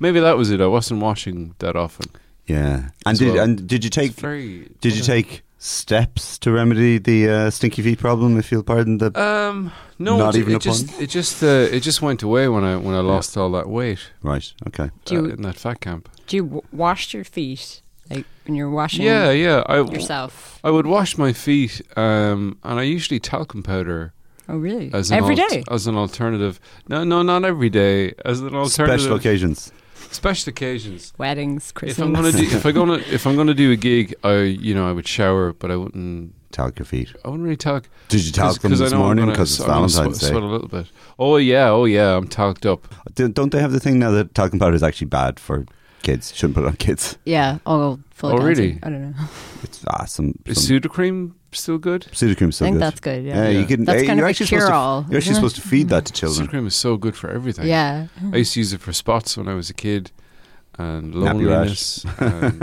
[SPEAKER 3] Maybe that was it. I wasn't washing that often.
[SPEAKER 1] Yeah. And
[SPEAKER 3] As
[SPEAKER 1] did
[SPEAKER 3] well.
[SPEAKER 1] and did you take
[SPEAKER 3] It's very.
[SPEAKER 1] did you take steps to remedy the uh, stinky feet problem? If you'll pardon the
[SPEAKER 3] Um, no,
[SPEAKER 1] Not
[SPEAKER 3] it,
[SPEAKER 1] even
[SPEAKER 3] it
[SPEAKER 1] a
[SPEAKER 3] just it just uh, it just went away when I when I lost all that weight
[SPEAKER 1] right. Okay.
[SPEAKER 4] Do you-
[SPEAKER 3] uh, in that fat camp.
[SPEAKER 4] Do you w- wash your feet like when you're washing
[SPEAKER 3] Yeah, yeah. I
[SPEAKER 4] yourself?
[SPEAKER 3] I would wash my feet, um, and I usually talcum powder
[SPEAKER 4] Oh, really?
[SPEAKER 3] as an
[SPEAKER 4] Every day.
[SPEAKER 3] alt- as an alternative. No, no, not every day. As an alternative,
[SPEAKER 1] Special occasions.
[SPEAKER 3] special occasions.
[SPEAKER 4] Weddings,
[SPEAKER 3] If
[SPEAKER 4] Christmas.
[SPEAKER 3] I'm gonna do, if I gonna if I'm gonna do a gig, I you know I would shower, but I wouldn't.
[SPEAKER 1] Talc your feet.
[SPEAKER 3] I wouldn't really talc
[SPEAKER 1] Did you talc them
[SPEAKER 3] I
[SPEAKER 1] this
[SPEAKER 3] know I'm
[SPEAKER 1] morning?
[SPEAKER 3] gonna-
[SPEAKER 1] Because it's
[SPEAKER 3] I'm gonna swe-
[SPEAKER 1] Valentine's Day.
[SPEAKER 3] Sweat a little bit. Oh yeah, oh yeah, I'm talked up.
[SPEAKER 1] Do- Don't they have the thing now that talcum powder is actually bad for kids. Shouldn't put it on kids.
[SPEAKER 4] Yeah, all full.
[SPEAKER 3] Oh,
[SPEAKER 4] of dancing.
[SPEAKER 3] really?
[SPEAKER 4] I don't know.
[SPEAKER 1] It's ah, some,
[SPEAKER 3] Is
[SPEAKER 1] some
[SPEAKER 3] pseudocreme still good?
[SPEAKER 1] pseudocreme's so
[SPEAKER 4] I think
[SPEAKER 1] good.
[SPEAKER 4] that's good.
[SPEAKER 1] Yeah,
[SPEAKER 4] Yeah.
[SPEAKER 1] you can.
[SPEAKER 4] That's
[SPEAKER 1] eh,
[SPEAKER 4] kind
[SPEAKER 1] you're
[SPEAKER 4] of a
[SPEAKER 1] actually supposed to-
[SPEAKER 4] cure-all,
[SPEAKER 1] You're actually
[SPEAKER 4] isn't it?
[SPEAKER 1] supposed to feed that to children.
[SPEAKER 3] Pseudocreme is so good for everything.
[SPEAKER 4] yeah.
[SPEAKER 3] I used to use it for spots when I was a kid and
[SPEAKER 1] Nappy
[SPEAKER 3] loneliness. and-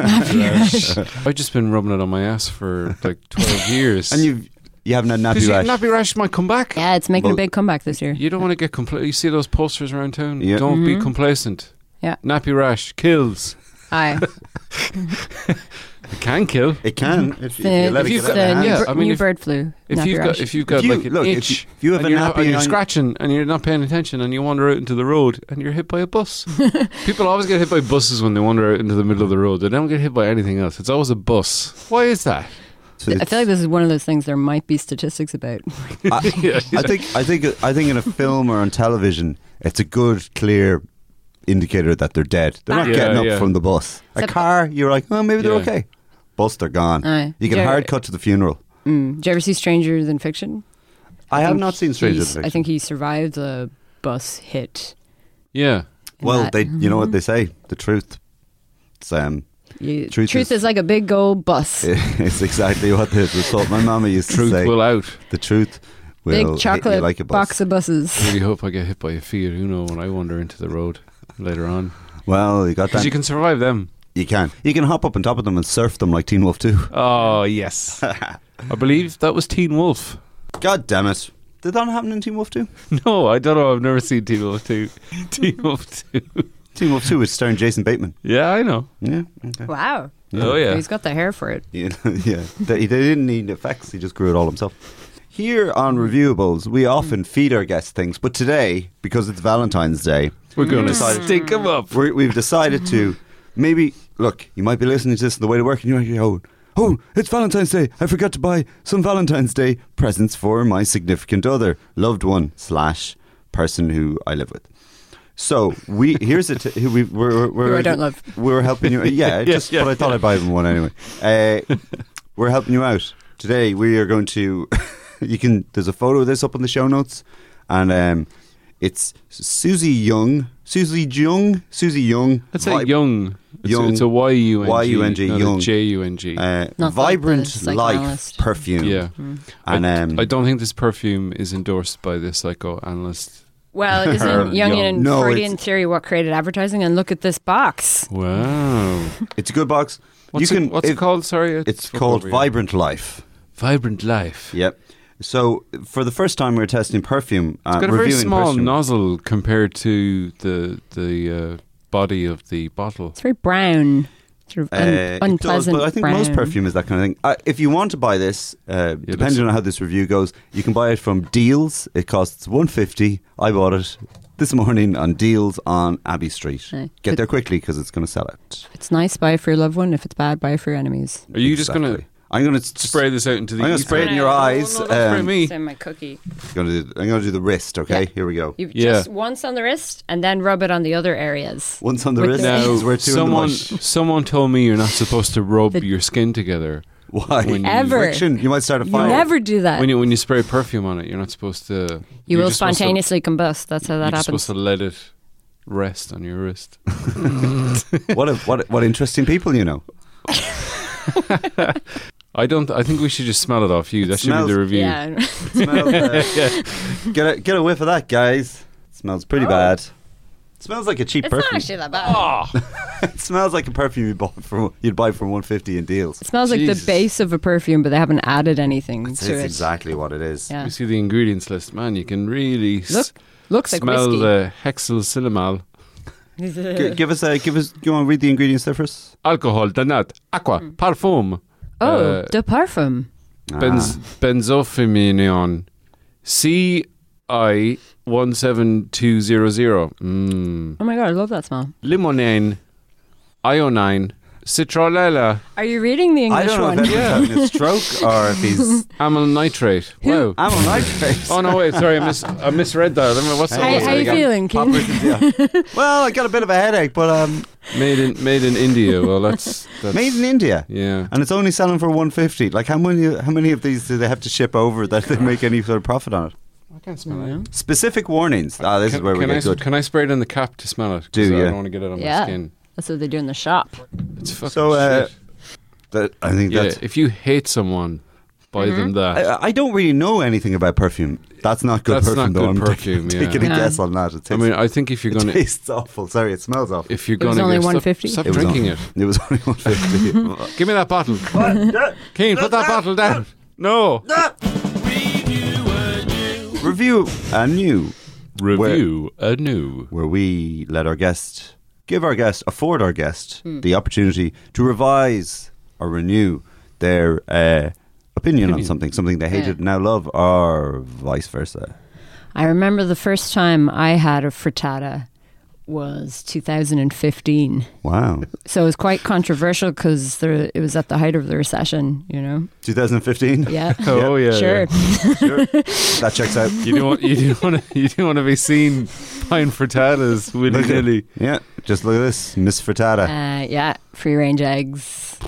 [SPEAKER 3] I've just been rubbing it on my ass for like 12 years.
[SPEAKER 1] And you, you haven't had nappy
[SPEAKER 3] Because
[SPEAKER 1] rash.
[SPEAKER 3] nappy rash might come back.
[SPEAKER 4] Yeah, it's making
[SPEAKER 1] Well,
[SPEAKER 4] a big comeback this year.
[SPEAKER 3] You don't want to get complacent. You see those posters around town?
[SPEAKER 1] Yeah.
[SPEAKER 3] Don't be complacent.
[SPEAKER 4] Mm-hmm. Yeah.
[SPEAKER 3] Nappy rash kills.
[SPEAKER 4] Aye.
[SPEAKER 3] It can kill.
[SPEAKER 1] It can. If, if
[SPEAKER 4] The,
[SPEAKER 1] you let
[SPEAKER 3] if
[SPEAKER 1] it
[SPEAKER 3] you
[SPEAKER 1] get
[SPEAKER 4] the
[SPEAKER 1] out of hand.
[SPEAKER 4] new,
[SPEAKER 3] Yeah,
[SPEAKER 4] bir-
[SPEAKER 3] I mean,
[SPEAKER 4] new
[SPEAKER 3] if-
[SPEAKER 4] bird flu.
[SPEAKER 3] If
[SPEAKER 4] nappy
[SPEAKER 3] you've
[SPEAKER 4] rash.
[SPEAKER 3] got if you've got
[SPEAKER 1] you-
[SPEAKER 3] like an
[SPEAKER 1] look, if
[SPEAKER 3] itch,
[SPEAKER 1] you- if you have
[SPEAKER 3] and
[SPEAKER 1] a
[SPEAKER 3] you're,
[SPEAKER 1] nappy
[SPEAKER 3] and you're
[SPEAKER 1] on-
[SPEAKER 3] scratching and you're not paying attention and you wander out into the road and you're hit by a bus. People always get hit by buses when they wander out into the middle of the road. They don't get hit by anything else. It's always a bus. Why is that?
[SPEAKER 1] So
[SPEAKER 4] I
[SPEAKER 1] it's-
[SPEAKER 4] feel like this is one of those things there might be statistics about.
[SPEAKER 1] I, I think I think I think in a film or on television, it's a good clear indicator that they're dead. They're not
[SPEAKER 3] Yeah,
[SPEAKER 1] getting up
[SPEAKER 3] Ah. yeah.
[SPEAKER 1] from the bus. A
[SPEAKER 4] Except-
[SPEAKER 1] car, you're like, oh, maybe they're
[SPEAKER 3] Yeah.
[SPEAKER 1] okay. Bus, they're gone.
[SPEAKER 4] Aye.
[SPEAKER 1] You can
[SPEAKER 4] Yeah.
[SPEAKER 1] hard cut to the funeral.
[SPEAKER 4] Mm. Did you ever see Stranger Than Fiction?
[SPEAKER 1] I, have
[SPEAKER 4] think
[SPEAKER 1] not seen Stranger
[SPEAKER 4] he's-
[SPEAKER 1] Things.
[SPEAKER 4] I think he survived a bus hit.
[SPEAKER 3] Yeah.
[SPEAKER 4] in
[SPEAKER 1] Well,
[SPEAKER 4] that.
[SPEAKER 1] they, you know what they say, the truth. It's, um,
[SPEAKER 4] You-
[SPEAKER 1] truth
[SPEAKER 4] truth,
[SPEAKER 1] is-
[SPEAKER 4] is, like a big old bus.
[SPEAKER 1] it's exactly what the, the salt my mama used
[SPEAKER 3] Truth
[SPEAKER 1] to say.
[SPEAKER 3] will out.
[SPEAKER 1] the truth will
[SPEAKER 4] big
[SPEAKER 1] hit you
[SPEAKER 4] chocolate
[SPEAKER 1] like a bus.
[SPEAKER 4] box of
[SPEAKER 3] I
[SPEAKER 4] buses.
[SPEAKER 3] really hope I get hit by a Fiat Uno when I wander into the road later on.
[SPEAKER 1] Well, you got that.
[SPEAKER 3] Because you can survive them.
[SPEAKER 1] You can. You can hop up on top of them and surf them like Teen Wolf 2.
[SPEAKER 3] Oh, yes. I believe that was Teen Wolf.
[SPEAKER 1] God damn it. Did that not happen in Teen Wolf 2?
[SPEAKER 3] No, I don't know. I've never seen Teen Wolf 2. Teen Wolf 2.
[SPEAKER 1] Teen Wolf 2 is starring Jason Bateman.
[SPEAKER 3] Yeah, I know.
[SPEAKER 1] Yeah. Okay.
[SPEAKER 4] Wow.
[SPEAKER 3] Oh, yeah.
[SPEAKER 4] He's got the hair for it.
[SPEAKER 1] You know, yeah. They, they didn't need effects, he just grew it all himself. Here on Reviewables, we often feed our guests things, but today, because it's Valentine's Day,
[SPEAKER 3] We're going to
[SPEAKER 1] decided-
[SPEAKER 3] stink him up.
[SPEAKER 1] Mm. we're, we've decided to maybe look. You might be listening to this on the way to work, and you're like, "Oh, oh, it's Valentine's Day! I forgot to buy some Valentine's Day presents for my significant other, loved one slash person who I live with." So we here's a t- who we we're, we're,
[SPEAKER 4] Who I don't love.
[SPEAKER 1] We're helping you. Yeah, just
[SPEAKER 3] yeah,
[SPEAKER 1] but I thought I'd buy them one anyway. Uh, we're helping you out today. We are going to. you can. There's a photo of this up in the show notes, and um, it's Susie Young. Susie Jung. Susie Young.
[SPEAKER 3] I'd say
[SPEAKER 1] Vi-
[SPEAKER 3] young. It's,
[SPEAKER 1] Young.
[SPEAKER 3] A, it's a Y-U-N-G.
[SPEAKER 1] Y-U-N-G,
[SPEAKER 3] not a
[SPEAKER 1] young.
[SPEAKER 3] J-U-N-G.
[SPEAKER 1] Uh,
[SPEAKER 4] Not
[SPEAKER 1] vibrant
[SPEAKER 4] like the
[SPEAKER 1] life
[SPEAKER 4] psychoanalyst.
[SPEAKER 1] perfume.
[SPEAKER 3] yeah.
[SPEAKER 1] And
[SPEAKER 3] I,
[SPEAKER 1] um,
[SPEAKER 3] I don't think this perfume is endorsed by the psychoanalyst.
[SPEAKER 4] Well, isn't
[SPEAKER 3] Her
[SPEAKER 4] Jungian
[SPEAKER 3] young-
[SPEAKER 4] and
[SPEAKER 1] No,
[SPEAKER 4] Freudian
[SPEAKER 1] it's-
[SPEAKER 4] theory what created advertising? And look at this box.
[SPEAKER 3] Wow.
[SPEAKER 1] it's a good box.
[SPEAKER 3] What's,
[SPEAKER 1] you can.
[SPEAKER 3] it, what's it,
[SPEAKER 1] if-
[SPEAKER 3] called? Sorry. I
[SPEAKER 1] It's
[SPEAKER 3] spoke
[SPEAKER 1] called
[SPEAKER 3] over you.
[SPEAKER 1] Vibrant Life.
[SPEAKER 3] Vibrant Life.
[SPEAKER 1] Yep. So for the first time, we were testing perfume. Uh,
[SPEAKER 3] It's got a very
[SPEAKER 1] reviewing
[SPEAKER 3] small
[SPEAKER 1] perfume.
[SPEAKER 3] nozzle compared to the the uh, body of the bottle.
[SPEAKER 4] It's very brown, sort
[SPEAKER 1] Uh,
[SPEAKER 4] of un-
[SPEAKER 1] it does,
[SPEAKER 4] unpleasant.
[SPEAKER 1] but I think
[SPEAKER 4] brown.
[SPEAKER 1] most perfume is that kind of thing. Uh, if you want to buy this, uh,
[SPEAKER 3] that's-
[SPEAKER 1] depending on how this review goes, you can buy it from Deals. It costs one fifty. I bought it this morning on Deals on Abbey Street.
[SPEAKER 4] Aye.
[SPEAKER 1] Get
[SPEAKER 4] Good.
[SPEAKER 1] there quickly because it's going to sell out.
[SPEAKER 4] If it's nice, buy it for your loved one. If it's bad, buy it for your enemies.
[SPEAKER 3] Are you just going to
[SPEAKER 1] Exactly. I'm going to
[SPEAKER 3] spray this out into the?
[SPEAKER 1] I'm gonna
[SPEAKER 3] ether?
[SPEAKER 1] spray
[SPEAKER 4] it in your No, no,
[SPEAKER 1] eyes,
[SPEAKER 3] No, don't spray
[SPEAKER 1] um,
[SPEAKER 3] me.
[SPEAKER 4] my cookie.
[SPEAKER 1] Gonna do, I'm going to do the wrist. Okay,
[SPEAKER 4] Yeah.
[SPEAKER 1] here we go.
[SPEAKER 4] You
[SPEAKER 3] Yeah.
[SPEAKER 4] just once on the wrist and then rub it on the other areas.
[SPEAKER 1] Once on the
[SPEAKER 4] With
[SPEAKER 1] wrist,
[SPEAKER 4] the-
[SPEAKER 1] is
[SPEAKER 3] Now,
[SPEAKER 1] where two in the
[SPEAKER 3] someone
[SPEAKER 1] mush.
[SPEAKER 3] someone told me you're not supposed to rub your skin together.
[SPEAKER 1] Why
[SPEAKER 3] when you-
[SPEAKER 4] Ever.
[SPEAKER 1] Friction. You might start a
[SPEAKER 4] You
[SPEAKER 1] fire.
[SPEAKER 4] never do that.
[SPEAKER 3] When you when you spray perfume on it, you're not supposed to.
[SPEAKER 4] you
[SPEAKER 3] you're
[SPEAKER 4] will
[SPEAKER 3] just supposed to-
[SPEAKER 4] spontaneously combust. That's how that
[SPEAKER 3] you're just
[SPEAKER 4] happens.
[SPEAKER 3] supposed to let it rest on your wrist.
[SPEAKER 1] what, a, what a- what interesting people you know.
[SPEAKER 3] I don't. I think we should just smell it off you. that should
[SPEAKER 1] smells-
[SPEAKER 3] be the review.
[SPEAKER 4] yeah.
[SPEAKER 1] Smells, uh, get a get a whiff of that, guys. smells pretty bad. smells like a cheap
[SPEAKER 4] Oh. It's not
[SPEAKER 1] perfume.
[SPEAKER 4] actually that bad.
[SPEAKER 3] Oh,
[SPEAKER 1] It smells like a perfume you bought from you'd buy from 150 in deals.
[SPEAKER 4] It smells like
[SPEAKER 3] Jesus.
[SPEAKER 4] the base of a perfume, but they haven't added anything
[SPEAKER 1] That's
[SPEAKER 4] to it.
[SPEAKER 1] exactly what it is.
[SPEAKER 4] Yeah.
[SPEAKER 3] You see the ingredients list, man. You can really s-
[SPEAKER 4] Look, looks like
[SPEAKER 3] smell
[SPEAKER 4] whiskey.
[SPEAKER 3] the hexyl cinemal.
[SPEAKER 1] G- give us a give us go on read the ingredients there first.
[SPEAKER 3] alcohol, danat, aqua, parfum.
[SPEAKER 4] Mm. oh,
[SPEAKER 3] uh,
[SPEAKER 4] the parfum.
[SPEAKER 3] benz-
[SPEAKER 1] Ah.
[SPEAKER 3] benzofiminion. C I one seven two zero zero. Mm.
[SPEAKER 4] Oh my god, I love that smell.
[SPEAKER 3] Limonene, ionine, citronella,
[SPEAKER 4] Are you reading the
[SPEAKER 1] I
[SPEAKER 4] English
[SPEAKER 1] don't know
[SPEAKER 4] one?
[SPEAKER 1] if anyone's having a stroke or if he's
[SPEAKER 3] amyl nitrate. Wow.
[SPEAKER 4] Ah.
[SPEAKER 1] I'm on nitrate.
[SPEAKER 3] Oh no! Wait, sorry, I, mis- I misread that. I mean, what's that?
[SPEAKER 4] How-
[SPEAKER 3] what's
[SPEAKER 4] how
[SPEAKER 3] that
[SPEAKER 4] you
[SPEAKER 3] again?
[SPEAKER 4] feeling, King?
[SPEAKER 1] Yeah. Well, I got a bit of a headache, but um,
[SPEAKER 3] Made in made in India. Well, that's, that's
[SPEAKER 1] made in India.
[SPEAKER 3] Yeah.
[SPEAKER 1] And it's only selling for 150. Like how many how many of these do they have to ship over that
[SPEAKER 3] Uh.
[SPEAKER 1] they make any sort of profit on it?
[SPEAKER 3] I can't smell it.
[SPEAKER 1] Specific warnings. Ah, this
[SPEAKER 3] Can,
[SPEAKER 1] is where we
[SPEAKER 3] can I,
[SPEAKER 1] get
[SPEAKER 3] s-
[SPEAKER 1] good.
[SPEAKER 3] Can I spray it in the cap to smell it? 'Cause
[SPEAKER 1] Do,
[SPEAKER 3] I
[SPEAKER 1] yeah.
[SPEAKER 3] don't want to get it on my
[SPEAKER 4] Yeah.
[SPEAKER 3] skin.
[SPEAKER 4] That's what they do in the shop.
[SPEAKER 3] It's fucking
[SPEAKER 1] So, uh,
[SPEAKER 3] shit.
[SPEAKER 1] That I think
[SPEAKER 3] Yeah,
[SPEAKER 1] that's.
[SPEAKER 3] if you hate someone, buy them
[SPEAKER 4] Mm-hmm.
[SPEAKER 3] that.
[SPEAKER 1] I, I don't really know anything about perfume. That's not good
[SPEAKER 3] That's
[SPEAKER 1] perfume.
[SPEAKER 3] not
[SPEAKER 1] though.
[SPEAKER 3] good
[SPEAKER 1] I'm taking-
[SPEAKER 3] perfume, yeah.
[SPEAKER 1] taking a
[SPEAKER 4] No.
[SPEAKER 1] guess on that. It tastes,
[SPEAKER 3] I mean, I think if you're
[SPEAKER 1] it
[SPEAKER 3] going to,
[SPEAKER 1] tastes awful. Sorry, it smells awful.
[SPEAKER 3] if you're
[SPEAKER 4] It was
[SPEAKER 3] going to,
[SPEAKER 4] only
[SPEAKER 3] stop,
[SPEAKER 4] 150.
[SPEAKER 3] stop
[SPEAKER 1] It was
[SPEAKER 3] drinking
[SPEAKER 1] only-
[SPEAKER 3] it.
[SPEAKER 1] It was only 150.
[SPEAKER 3] Give me that bottle, Keen. Put that bottle down. No
[SPEAKER 2] Review anew.
[SPEAKER 1] Review anew,
[SPEAKER 3] review anew.
[SPEAKER 1] where we let our guest give our guest afford our guest the opportunity to revise or renew their uh, opinion, on something, something they hated
[SPEAKER 4] Yeah.
[SPEAKER 1] and now love, or vice versa.
[SPEAKER 4] I remember the first time I had a frittata was 2015.
[SPEAKER 1] Wow,
[SPEAKER 4] So it was quite controversial because it was at the height of the recession, you know?
[SPEAKER 1] 2015.
[SPEAKER 4] Yeah.
[SPEAKER 3] Oh yeah,
[SPEAKER 4] sure.
[SPEAKER 3] yeah.
[SPEAKER 1] Sure. that checks out.
[SPEAKER 3] You don't want you don't want to you don't want to be seen buying frittatas willy nilly.
[SPEAKER 1] Yeah, just look at this, Miss Frittata.
[SPEAKER 4] Uh, yeah. Free range eggs.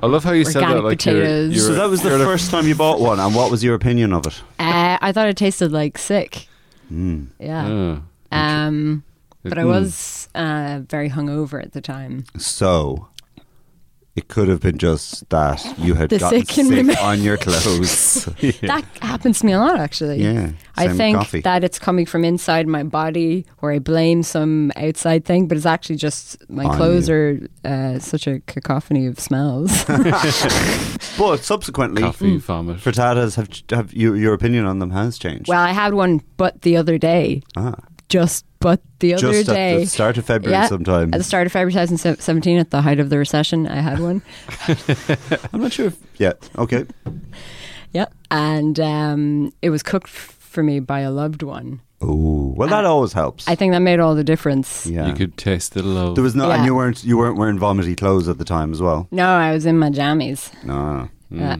[SPEAKER 3] I love how you said that.
[SPEAKER 4] Organic
[SPEAKER 3] Like you're,
[SPEAKER 4] potatoes.
[SPEAKER 3] you're
[SPEAKER 1] so
[SPEAKER 3] a-
[SPEAKER 1] that was the
[SPEAKER 3] you're a-
[SPEAKER 1] first time you bought one, and what was your opinion of it?
[SPEAKER 4] Uh, I thought it tasted like sick.
[SPEAKER 1] Mm.
[SPEAKER 4] Yeah.
[SPEAKER 3] Ah.
[SPEAKER 4] Um, but I
[SPEAKER 1] Mm.
[SPEAKER 4] was uh, very hungover at the time.
[SPEAKER 1] So it could have been just that you had
[SPEAKER 4] The
[SPEAKER 1] gotten
[SPEAKER 4] sick in
[SPEAKER 1] sick
[SPEAKER 4] my mouth.
[SPEAKER 1] on your clothes.
[SPEAKER 4] That happens to me a lot, actually.
[SPEAKER 1] Yeah,
[SPEAKER 4] I
[SPEAKER 1] same with
[SPEAKER 4] think
[SPEAKER 1] coffee.
[SPEAKER 4] that it's coming from inside my body, or I blame some outside thing, but it's actually just my
[SPEAKER 1] On
[SPEAKER 4] clothes
[SPEAKER 1] you.
[SPEAKER 4] are uh, such a cacophony of smells.
[SPEAKER 1] but subsequently,
[SPEAKER 3] coffee
[SPEAKER 4] Mm.
[SPEAKER 3] vomit.
[SPEAKER 1] frittatas have have you, your opinion on them has changed.
[SPEAKER 4] well, I had one, but the other day,
[SPEAKER 1] ah,
[SPEAKER 4] just but the other
[SPEAKER 1] just at
[SPEAKER 4] day.
[SPEAKER 1] the start of February,
[SPEAKER 4] Yeah,
[SPEAKER 1] sometime.
[SPEAKER 4] At the start of February 2017, at the height of the recession, I had one.
[SPEAKER 1] I'm not sure. if... Yeah. Okay.
[SPEAKER 4] yeah, and um, it was cooked f- for me by a loved one.
[SPEAKER 1] Oh, well, that always helps.
[SPEAKER 4] I think that made all the difference.
[SPEAKER 1] yeah.
[SPEAKER 3] You could taste the love.
[SPEAKER 1] there was no, and
[SPEAKER 4] Yeah.
[SPEAKER 1] you weren't you weren't wearing vomity clothes at the time as well.
[SPEAKER 4] No, I was in my jammies.
[SPEAKER 1] No.
[SPEAKER 4] Yeah.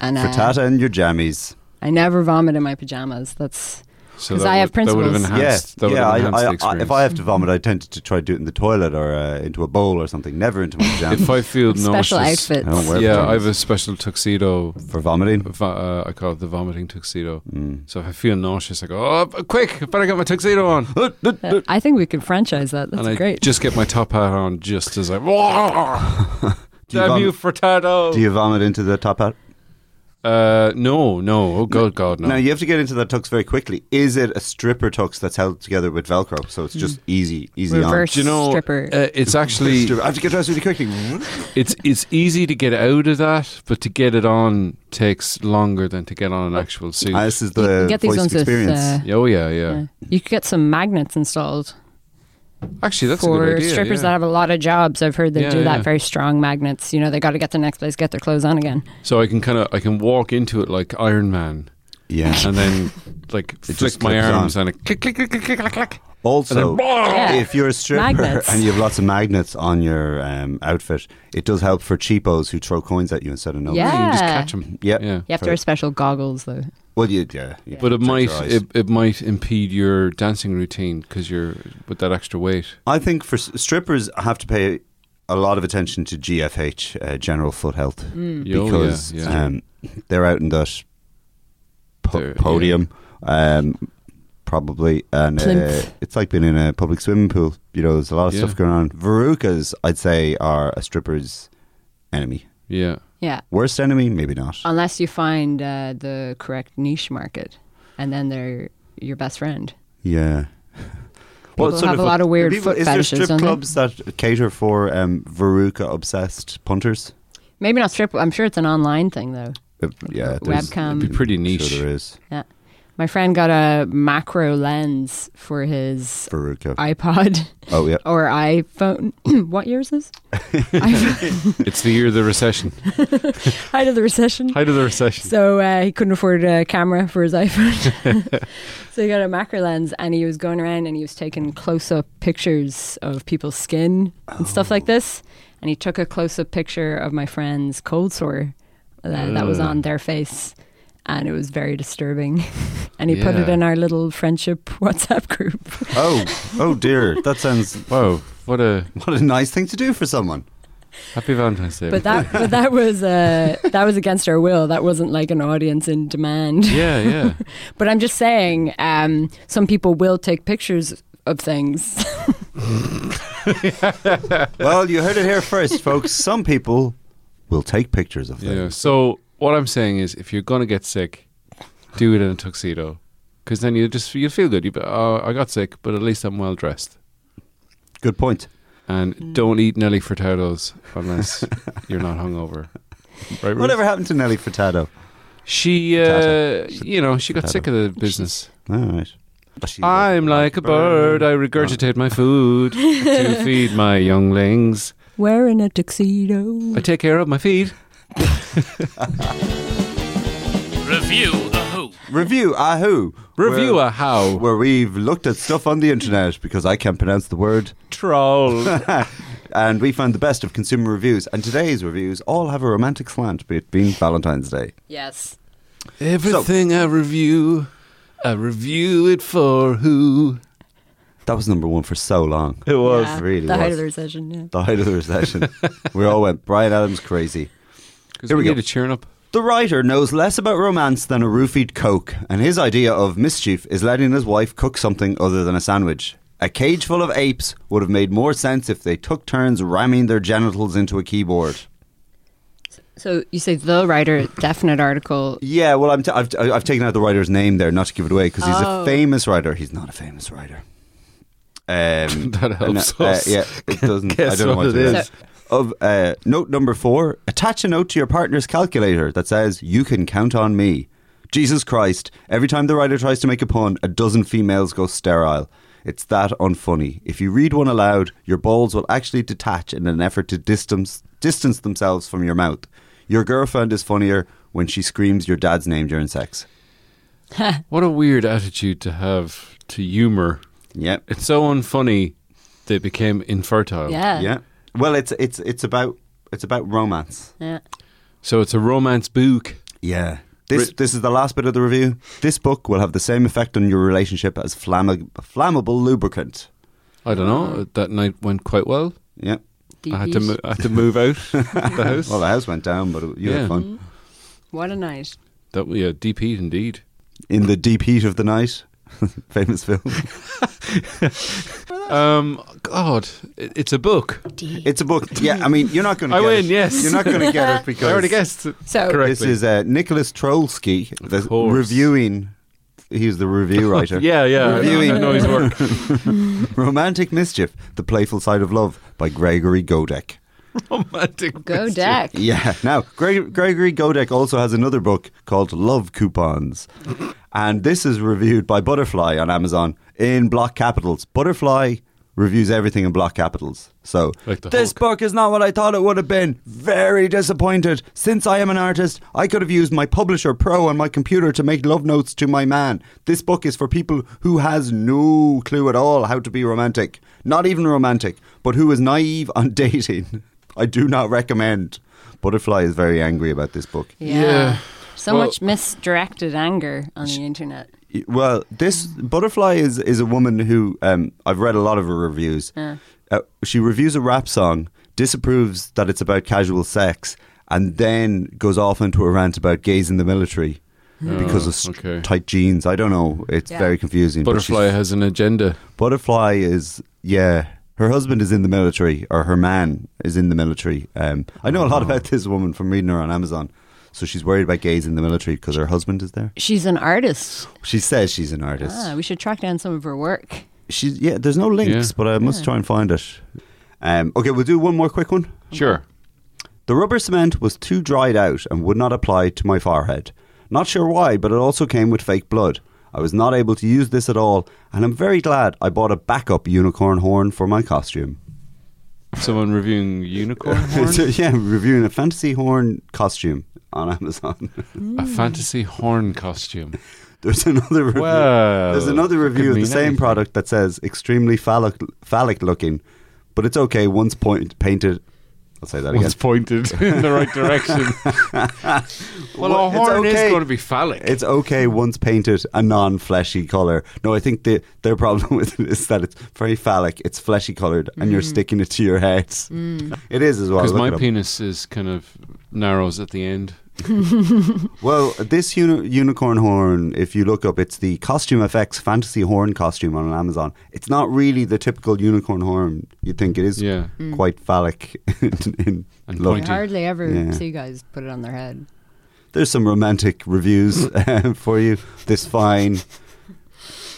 [SPEAKER 4] And uh,
[SPEAKER 1] Hmm. Frittata and your jammies.
[SPEAKER 4] I never vomit in my pajamas. That's
[SPEAKER 3] So
[SPEAKER 4] 'Cause
[SPEAKER 3] that
[SPEAKER 4] I have
[SPEAKER 3] would- That would
[SPEAKER 4] principles.
[SPEAKER 3] have enhanced.
[SPEAKER 1] yeah,
[SPEAKER 3] That would
[SPEAKER 1] yeah.
[SPEAKER 3] have enhanced
[SPEAKER 1] I,
[SPEAKER 3] the
[SPEAKER 1] I, I,
[SPEAKER 3] experience.
[SPEAKER 1] if I have to vomit, I tend to try to do it in the toilet or uh, into a bowl or something. Never into my pajamas.
[SPEAKER 3] If I feel
[SPEAKER 4] special
[SPEAKER 3] nauseous,
[SPEAKER 1] I don't
[SPEAKER 4] outfits.
[SPEAKER 1] wear
[SPEAKER 3] yeah,
[SPEAKER 1] pajamas
[SPEAKER 3] I have a special tuxedo.
[SPEAKER 1] for vomiting.
[SPEAKER 3] Va- uh, I call it the vomiting tuxedo.
[SPEAKER 1] Mm.
[SPEAKER 3] So if I feel nauseous, I go, "Oh, quick! I better get my tuxedo on."
[SPEAKER 4] Uh, I think we could franchise that. That's
[SPEAKER 3] and I
[SPEAKER 4] great.
[SPEAKER 3] just get my top hat on just as I. Damn
[SPEAKER 1] Do you,
[SPEAKER 3] you,
[SPEAKER 1] vomit,
[SPEAKER 3] frittata!
[SPEAKER 1] do you vomit into the top hat?
[SPEAKER 3] Uh, no, no. Oh God, God, no.
[SPEAKER 1] Now you have to get into that tux very quickly. Is it a stripper tux that's held together with Velcro? So it's just easy, easy
[SPEAKER 4] Hmm. Reverse
[SPEAKER 3] Do you know,
[SPEAKER 4] stripper.
[SPEAKER 3] uh, it's
[SPEAKER 1] on.
[SPEAKER 3] actually
[SPEAKER 1] I have to get dressed really quickly.
[SPEAKER 3] it's it's easy to get out of that, but to get it on takes longer than to get on an actual suit.
[SPEAKER 1] Ah, this is
[SPEAKER 4] You
[SPEAKER 1] the
[SPEAKER 4] can get these
[SPEAKER 1] voice
[SPEAKER 4] ones with,
[SPEAKER 1] experience.
[SPEAKER 4] uh,
[SPEAKER 3] oh yeah, yeah.
[SPEAKER 4] yeah. You could get some magnets installed
[SPEAKER 3] Actually, that's a
[SPEAKER 4] for
[SPEAKER 3] good idea.
[SPEAKER 4] strippers
[SPEAKER 3] yeah.
[SPEAKER 4] that have a lot of jobs. I've heard they
[SPEAKER 3] Yeah,
[SPEAKER 4] do
[SPEAKER 3] yeah.
[SPEAKER 4] that very strong magnets. You know, they got to get to the next place, get their clothes on again.
[SPEAKER 3] so I can kind of I can walk into it like Iron Man,
[SPEAKER 1] yeah.
[SPEAKER 3] and then like
[SPEAKER 1] just
[SPEAKER 3] flick my
[SPEAKER 1] clips
[SPEAKER 3] arms
[SPEAKER 1] on.
[SPEAKER 3] and it click click click click click click click.
[SPEAKER 1] Also,
[SPEAKER 4] Yeah.
[SPEAKER 1] if you're a stripper
[SPEAKER 4] Magnets.
[SPEAKER 1] and you have lots of magnets on your um, outfit, it does help for cheapos who throw coins at you instead of no.
[SPEAKER 3] You
[SPEAKER 4] Yeah.
[SPEAKER 3] can just catch them.
[SPEAKER 1] Yep.
[SPEAKER 3] Yeah.
[SPEAKER 4] You have to wear special goggles, though.
[SPEAKER 1] Well, you, yeah, yeah.
[SPEAKER 3] But it
[SPEAKER 1] Protect
[SPEAKER 3] might
[SPEAKER 1] your eyes.
[SPEAKER 3] it, it might impede your dancing routine because you're with that extra weight.
[SPEAKER 1] I think for s- strippers have to pay a lot of attention to GFH, uh, general foot health,
[SPEAKER 3] Yeah, oh, yeah,
[SPEAKER 1] because
[SPEAKER 3] yeah.
[SPEAKER 1] Um, they're out in that po-
[SPEAKER 3] They're-
[SPEAKER 1] podium, um, probably, and uh,
[SPEAKER 4] Plinth.
[SPEAKER 1] it's like being in a public swimming pool. You know, there's a lot of
[SPEAKER 3] Yeah.
[SPEAKER 1] stuff going on. Verrucas, I'd say, are a stripper's enemy.
[SPEAKER 3] Yeah.
[SPEAKER 4] Yeah.
[SPEAKER 1] Worst enemy, maybe not.
[SPEAKER 4] Unless you find uh, the correct niche market, and then they're your best friend.
[SPEAKER 1] Yeah.
[SPEAKER 4] People have a lot of weird foot
[SPEAKER 1] is there
[SPEAKER 4] fetishes,
[SPEAKER 1] strip
[SPEAKER 4] don't they?
[SPEAKER 1] clubs that cater for um, Veruca obsessed punters?
[SPEAKER 4] Maybe not strip. I'm sure it's an online thing, though.
[SPEAKER 1] Uh, yeah, there's-
[SPEAKER 4] Webcam.
[SPEAKER 3] It'd be pretty
[SPEAKER 1] I'm sure
[SPEAKER 3] niche.
[SPEAKER 1] there is
[SPEAKER 4] Yeah. My friend got a macro lens for his
[SPEAKER 1] Veruca.
[SPEAKER 4] iPod
[SPEAKER 1] oh yeah,
[SPEAKER 4] or iPhone. what year is this? iPhone.
[SPEAKER 3] it's the year of the recession.
[SPEAKER 4] Height of the recession.
[SPEAKER 3] Height of the recession.
[SPEAKER 4] So uh, he couldn't afford a camera for his iPhone. so he got a macro lens and he was going around and he was taking close up pictures of people's skin and stuff like
[SPEAKER 3] Oh.
[SPEAKER 4] this. And he took a close up picture of my friend's cold sore uh, that was
[SPEAKER 3] Ugh.
[SPEAKER 4] on their face. And it was very disturbing. and he put it
[SPEAKER 3] Yeah.
[SPEAKER 4] in our little friendship WhatsApp group.
[SPEAKER 1] Oh, oh dear. That sounds
[SPEAKER 3] Wow, what a
[SPEAKER 1] what a nice thing to do for someone.
[SPEAKER 3] happy Valentine's Day.
[SPEAKER 4] But that, but that was uh, that was against our will. That wasn't like an audience in demand.
[SPEAKER 3] yeah, yeah.
[SPEAKER 4] But I'm just saying, um, some people will take pictures of things.
[SPEAKER 1] well, you heard it here first, folks. Some people will take pictures of them.
[SPEAKER 3] Yeah. So what I'm saying is, if you're gonna get sick, do it in a tuxedo, because then you just you'll feel good. You, be, oh, I got sick, but at least I'm well dressed.
[SPEAKER 1] Good point.
[SPEAKER 3] And don't eat Nelly Furtados unless you're not hungover. Right, Ruth?
[SPEAKER 1] Whatever happened to Nelly Furtado?
[SPEAKER 3] She, uh,
[SPEAKER 1] Furtado.
[SPEAKER 3] you know, she got
[SPEAKER 1] Furtado.
[SPEAKER 3] sick of the business.
[SPEAKER 1] All right. But she- uh,
[SPEAKER 3] I'm like a bird. I regurgitate my food to feed my younglings.
[SPEAKER 4] Wearing a tuxedo.
[SPEAKER 3] I take care of my feet.
[SPEAKER 2] Review the Who.
[SPEAKER 1] Review Ahoo.
[SPEAKER 3] Review
[SPEAKER 1] where,
[SPEAKER 3] a how
[SPEAKER 1] where we've looked at stuff on the internet because I can't pronounce the word.
[SPEAKER 3] troll.
[SPEAKER 1] and we found the best of consumer reviews. And today's reviews all have a romantic slant, be it being Valentine's Day.
[SPEAKER 4] Yes.
[SPEAKER 3] Everything I review, I review it for who.
[SPEAKER 1] That was number one for so long.
[SPEAKER 3] It was.
[SPEAKER 4] Yeah,
[SPEAKER 1] really
[SPEAKER 4] the height
[SPEAKER 1] was.
[SPEAKER 4] of the recession. Yeah.
[SPEAKER 1] The height of the recession. we all went Brian Adams crazy. Here
[SPEAKER 3] we,
[SPEAKER 1] we go.
[SPEAKER 3] need a cheering up.
[SPEAKER 1] The writer knows less about romance than a roofied coke, and his idea of mischief is letting his wife cook something other than a sandwich. A cage full of apes would have made more sense if they took turns ramming their genitals into a keyboard.
[SPEAKER 4] So you say the writer, definite article.
[SPEAKER 1] Yeah, well, I'm t- I've, I've taken out the writer's name there, not to give it away, because he's a
[SPEAKER 4] Oh.
[SPEAKER 1] famous writer. He's not a famous writer. Um,
[SPEAKER 3] That helps
[SPEAKER 1] uh,
[SPEAKER 3] us.
[SPEAKER 1] yeah, it doesn't.
[SPEAKER 3] Guess
[SPEAKER 1] I don't know
[SPEAKER 3] what
[SPEAKER 1] why I
[SPEAKER 3] it
[SPEAKER 1] did that.
[SPEAKER 3] is.
[SPEAKER 1] Of uh, note number four, attach a note to your partner's calculator that says "You can count on me." Jesus Christ! Every time the writer tries to make a pun, a dozen females go sterile. It's that unfunny. If you read one aloud, your balls will actually detach in an effort to distance distance themselves from your mouth. Your girlfriend is funnier when she screams your dad's name during sex.
[SPEAKER 3] What a weird attitude to have to humor.
[SPEAKER 1] Yep.
[SPEAKER 3] It's so unfunny they became infertile.
[SPEAKER 4] Yeah.
[SPEAKER 1] Yeah. Well, it's it's it's about it's about romance.
[SPEAKER 4] Yeah.
[SPEAKER 3] So it's a romance book.
[SPEAKER 1] Yeah. This,
[SPEAKER 3] Ri-
[SPEAKER 1] this is the last bit of the review. This book will have the same effect on your relationship as flamma- flammable lubricant.
[SPEAKER 3] I don't
[SPEAKER 1] Ah.
[SPEAKER 3] know. That night went quite well.
[SPEAKER 1] Yeah.
[SPEAKER 3] I had to
[SPEAKER 4] DPs.
[SPEAKER 3] mo- I had to move out the house.
[SPEAKER 1] Well, the house went down, but you
[SPEAKER 3] Yeah.
[SPEAKER 1] had fun.
[SPEAKER 4] What a night.
[SPEAKER 3] that yeah, deep heat indeed.
[SPEAKER 1] In the deep heat of the night. Famous film.
[SPEAKER 3] Um, God, it, it's a book.
[SPEAKER 1] It's a book. Yeah, I mean, you're not going to
[SPEAKER 3] I
[SPEAKER 1] get
[SPEAKER 3] win,
[SPEAKER 1] it.
[SPEAKER 3] yes.
[SPEAKER 1] You're not going to get it because
[SPEAKER 3] I already guessed it
[SPEAKER 4] So-
[SPEAKER 3] correctly.
[SPEAKER 1] this is uh, Nicholas Trolsky, the
[SPEAKER 3] course.
[SPEAKER 1] reviewing. He's the review writer.
[SPEAKER 3] yeah, yeah.
[SPEAKER 1] Reviewing.
[SPEAKER 3] I know his work.
[SPEAKER 1] Romantic Mischief, The Playful Side of Love by Gregory Godek.
[SPEAKER 3] Romantic.
[SPEAKER 4] Go
[SPEAKER 3] mystery.
[SPEAKER 4] deck.
[SPEAKER 1] Yeah. Now, Greg- Gregory Godek also has another book called Love Coupons. And this is reviewed by Butterfly on Amazon in block capitals. Butterfly reviews everything in block capitals. So,
[SPEAKER 3] Like the
[SPEAKER 1] this
[SPEAKER 3] Hulk.
[SPEAKER 1] book is not what I thought it would have been. Very disappointed. Since I am an artist, I could have used my Publisher Pro on my computer to make love notes to my man. This book is for people who has no clue at all how to be romantic. Not even romantic, but who is naive on dating. I do not recommend. Butterfly is very angry about this book.
[SPEAKER 4] Yeah.
[SPEAKER 3] Yeah.
[SPEAKER 4] So
[SPEAKER 3] Well-
[SPEAKER 4] much misdirected anger on the internet.
[SPEAKER 1] Well, this
[SPEAKER 4] Mm.
[SPEAKER 1] butterfly is is a woman who um, I've read a lot of her reviews.
[SPEAKER 4] Yeah.
[SPEAKER 1] Uh, she reviews a rap song, disapproves that it's about casual sex, and then goes off into a rant about gays in the military because of s-
[SPEAKER 3] Ah, okay.
[SPEAKER 1] tight jeans. I don't know. It's
[SPEAKER 4] Hmm. Yeah.
[SPEAKER 1] very confusing. but she's-
[SPEAKER 3] Butterfly has an agenda.
[SPEAKER 1] Butterfly is yeah. Her husband is in the military, or her man is in the military. Um, I know a
[SPEAKER 3] Ah.
[SPEAKER 1] lot about this woman from reading her on Amazon. So she's worried about gays in the military because her husband is there.
[SPEAKER 4] She's an artist.
[SPEAKER 1] She says she's an artist.
[SPEAKER 4] Ah, we should track down some of her work.
[SPEAKER 1] She's yeah. There's no links,
[SPEAKER 3] Yeah.
[SPEAKER 1] but I must try and find it. Um, okay, we'll do one more quick one.
[SPEAKER 3] Sure.
[SPEAKER 1] The rubber cement was too dried out and would not apply to my forehead. Not sure why, but it also came with fake blood. I was not able to use this at all, and I'm very glad I bought a backup unicorn horn for my costume.
[SPEAKER 3] Someone reviewing unicorn horn.
[SPEAKER 1] So, yeah, reviewing a fantasy horn costume on Amazon.
[SPEAKER 3] a fantasy horn costume.
[SPEAKER 1] There's another review.
[SPEAKER 3] Well,
[SPEAKER 1] There's another
[SPEAKER 3] could
[SPEAKER 1] review of the
[SPEAKER 3] mean
[SPEAKER 1] same
[SPEAKER 3] anything.
[SPEAKER 1] product that says extremely phallic, phallic looking, but it's okay once point, painted. I'll say that again.
[SPEAKER 3] One's pointed in the right direction. well,
[SPEAKER 1] Well,
[SPEAKER 3] a
[SPEAKER 1] it's
[SPEAKER 3] horn
[SPEAKER 1] okay.
[SPEAKER 3] is going to be phallic.
[SPEAKER 1] It's okay once painted a non-fleshy color. No, I think the, their problem with it is that it's very phallic. It's fleshy colored, and you're sticking it to your head. It is as well.
[SPEAKER 3] Because
[SPEAKER 1] Look
[SPEAKER 3] my
[SPEAKER 1] it up.
[SPEAKER 3] penis is kind of narrows at the end.
[SPEAKER 1] Well, this uni- unicorn horn, if you look up, it's the Costume FX fantasy horn costume on Amazon. It's not really the typical unicorn horn you'd think it Mm. is.
[SPEAKER 3] Yeah.
[SPEAKER 1] Quite phallic. in, in
[SPEAKER 3] And
[SPEAKER 1] look.
[SPEAKER 4] I
[SPEAKER 3] pointy.
[SPEAKER 4] hardly ever
[SPEAKER 1] Oh, Yeah.
[SPEAKER 4] see guys put it on their head.
[SPEAKER 1] There's some romantic reviews uh, for you. This fine.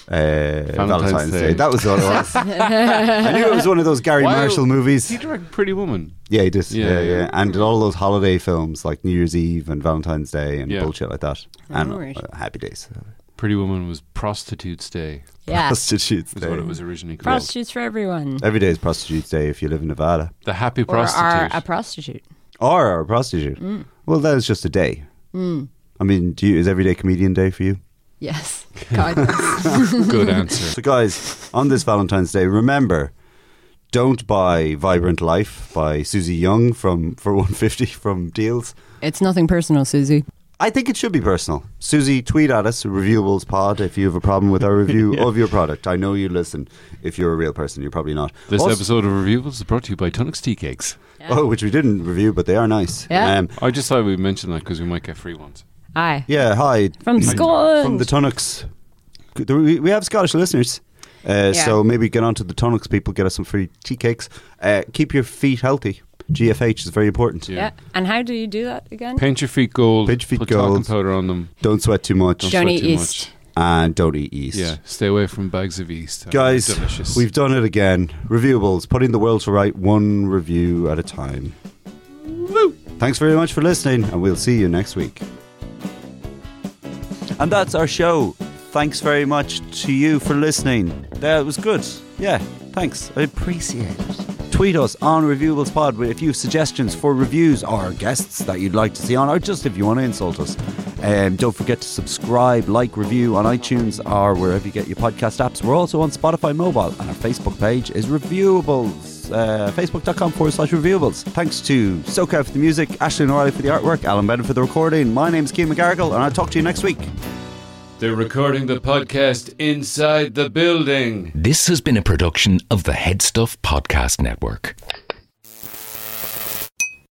[SPEAKER 1] Uh, Valentine's, Day.
[SPEAKER 3] Day.
[SPEAKER 1] That was what it was. I knew it was one of those Gary
[SPEAKER 3] Wow.
[SPEAKER 1] Marshall movies.
[SPEAKER 3] He directed Pretty Woman.
[SPEAKER 1] Yeah, he did. Yeah,
[SPEAKER 3] Yeah,
[SPEAKER 1] yeah.
[SPEAKER 3] yeah.
[SPEAKER 1] And did all those holiday films like New Year's Eve and Valentine's Day and
[SPEAKER 3] Yeah.
[SPEAKER 1] bullshit like that.
[SPEAKER 4] Alright.
[SPEAKER 1] And uh, Happy Days.
[SPEAKER 3] Pretty Woman was Prostitutes Day.
[SPEAKER 4] Yeah.
[SPEAKER 1] Prostitutes
[SPEAKER 3] Is
[SPEAKER 1] Day.
[SPEAKER 3] what it was originally called.
[SPEAKER 4] Prostitutes for everyone.
[SPEAKER 1] Every day is Prostitutes Day if you live in Nevada.
[SPEAKER 3] the Happy
[SPEAKER 4] Or are
[SPEAKER 3] Prostitute.
[SPEAKER 4] a prostitute.
[SPEAKER 1] Or are a prostitute. Well, that is just a day. I mean, do you, is every day comedian day for you?
[SPEAKER 4] Yes. God, yes.
[SPEAKER 3] Good answer.
[SPEAKER 1] So, guys, on this Valentine's Day, remember, don't buy Vibrant Life by Susie Young from for 150 from Deals.
[SPEAKER 4] it's nothing personal, Susie.
[SPEAKER 1] I think it should be personal. Susie, tweet at us, Reviewables Pod, if you have a problem with our review of your product. I know you listen. If you're a real person, you're probably not.
[SPEAKER 3] This
[SPEAKER 1] Also-
[SPEAKER 3] episode of Reviewables is brought to you by Tunnocks Tea Cakes.
[SPEAKER 1] Oh, which we didn't review, but they are nice. Um,
[SPEAKER 4] Yeah.
[SPEAKER 3] I just thought we'd mention that because we might get free ones.
[SPEAKER 4] Aye.
[SPEAKER 1] yeah, hi.
[SPEAKER 4] From Scotland.
[SPEAKER 1] From the Tunnocks. Do We we have Scottish listeners. Uh,
[SPEAKER 4] Yeah.
[SPEAKER 1] So maybe get on to the Tunnocks people, get us some free tea cakes. Uh, keep your feet healthy. GFH is very important.
[SPEAKER 4] yeah. And how do you do that again?
[SPEAKER 3] Paint your feet gold.
[SPEAKER 1] Paint your feet
[SPEAKER 3] put
[SPEAKER 1] gold.
[SPEAKER 3] talcum powder on them.
[SPEAKER 1] Don't sweat too much.
[SPEAKER 3] Don't
[SPEAKER 4] Don't
[SPEAKER 3] sweat
[SPEAKER 4] eat
[SPEAKER 3] too
[SPEAKER 4] yeast.
[SPEAKER 1] And don't eat yeast.
[SPEAKER 3] Yeah. Stay away from bags of yeast.
[SPEAKER 1] Guys,
[SPEAKER 3] delicious.
[SPEAKER 1] we've done it again. Reviewables, putting the world to right one review at a time. Thanks very much for listening, and we'll see you next week. And that's our show. Thanks very much to you for listening. That was good. Yeah, thanks. I appreciate it. Tweet us on Reviewables Pod with a few suggestions for reviews or guests that you'd like to see on, or just if you want to insult us. Um, don't forget to subscribe, like, review on iTunes or wherever you get your podcast apps. We're also on Spotify Mobile, and our Facebook page is Reviewables. Uh, Facebook.com forward slash reviewables. Thanks to SoCal for the music, Ashley O'Reilly for the artwork, Alan Bennett for the recording. My name's Keane McGarrigle, and I'll talk to you next week.
[SPEAKER 3] They're recording the podcast inside the building.
[SPEAKER 5] This has been a production of the Headstuff Podcast Network.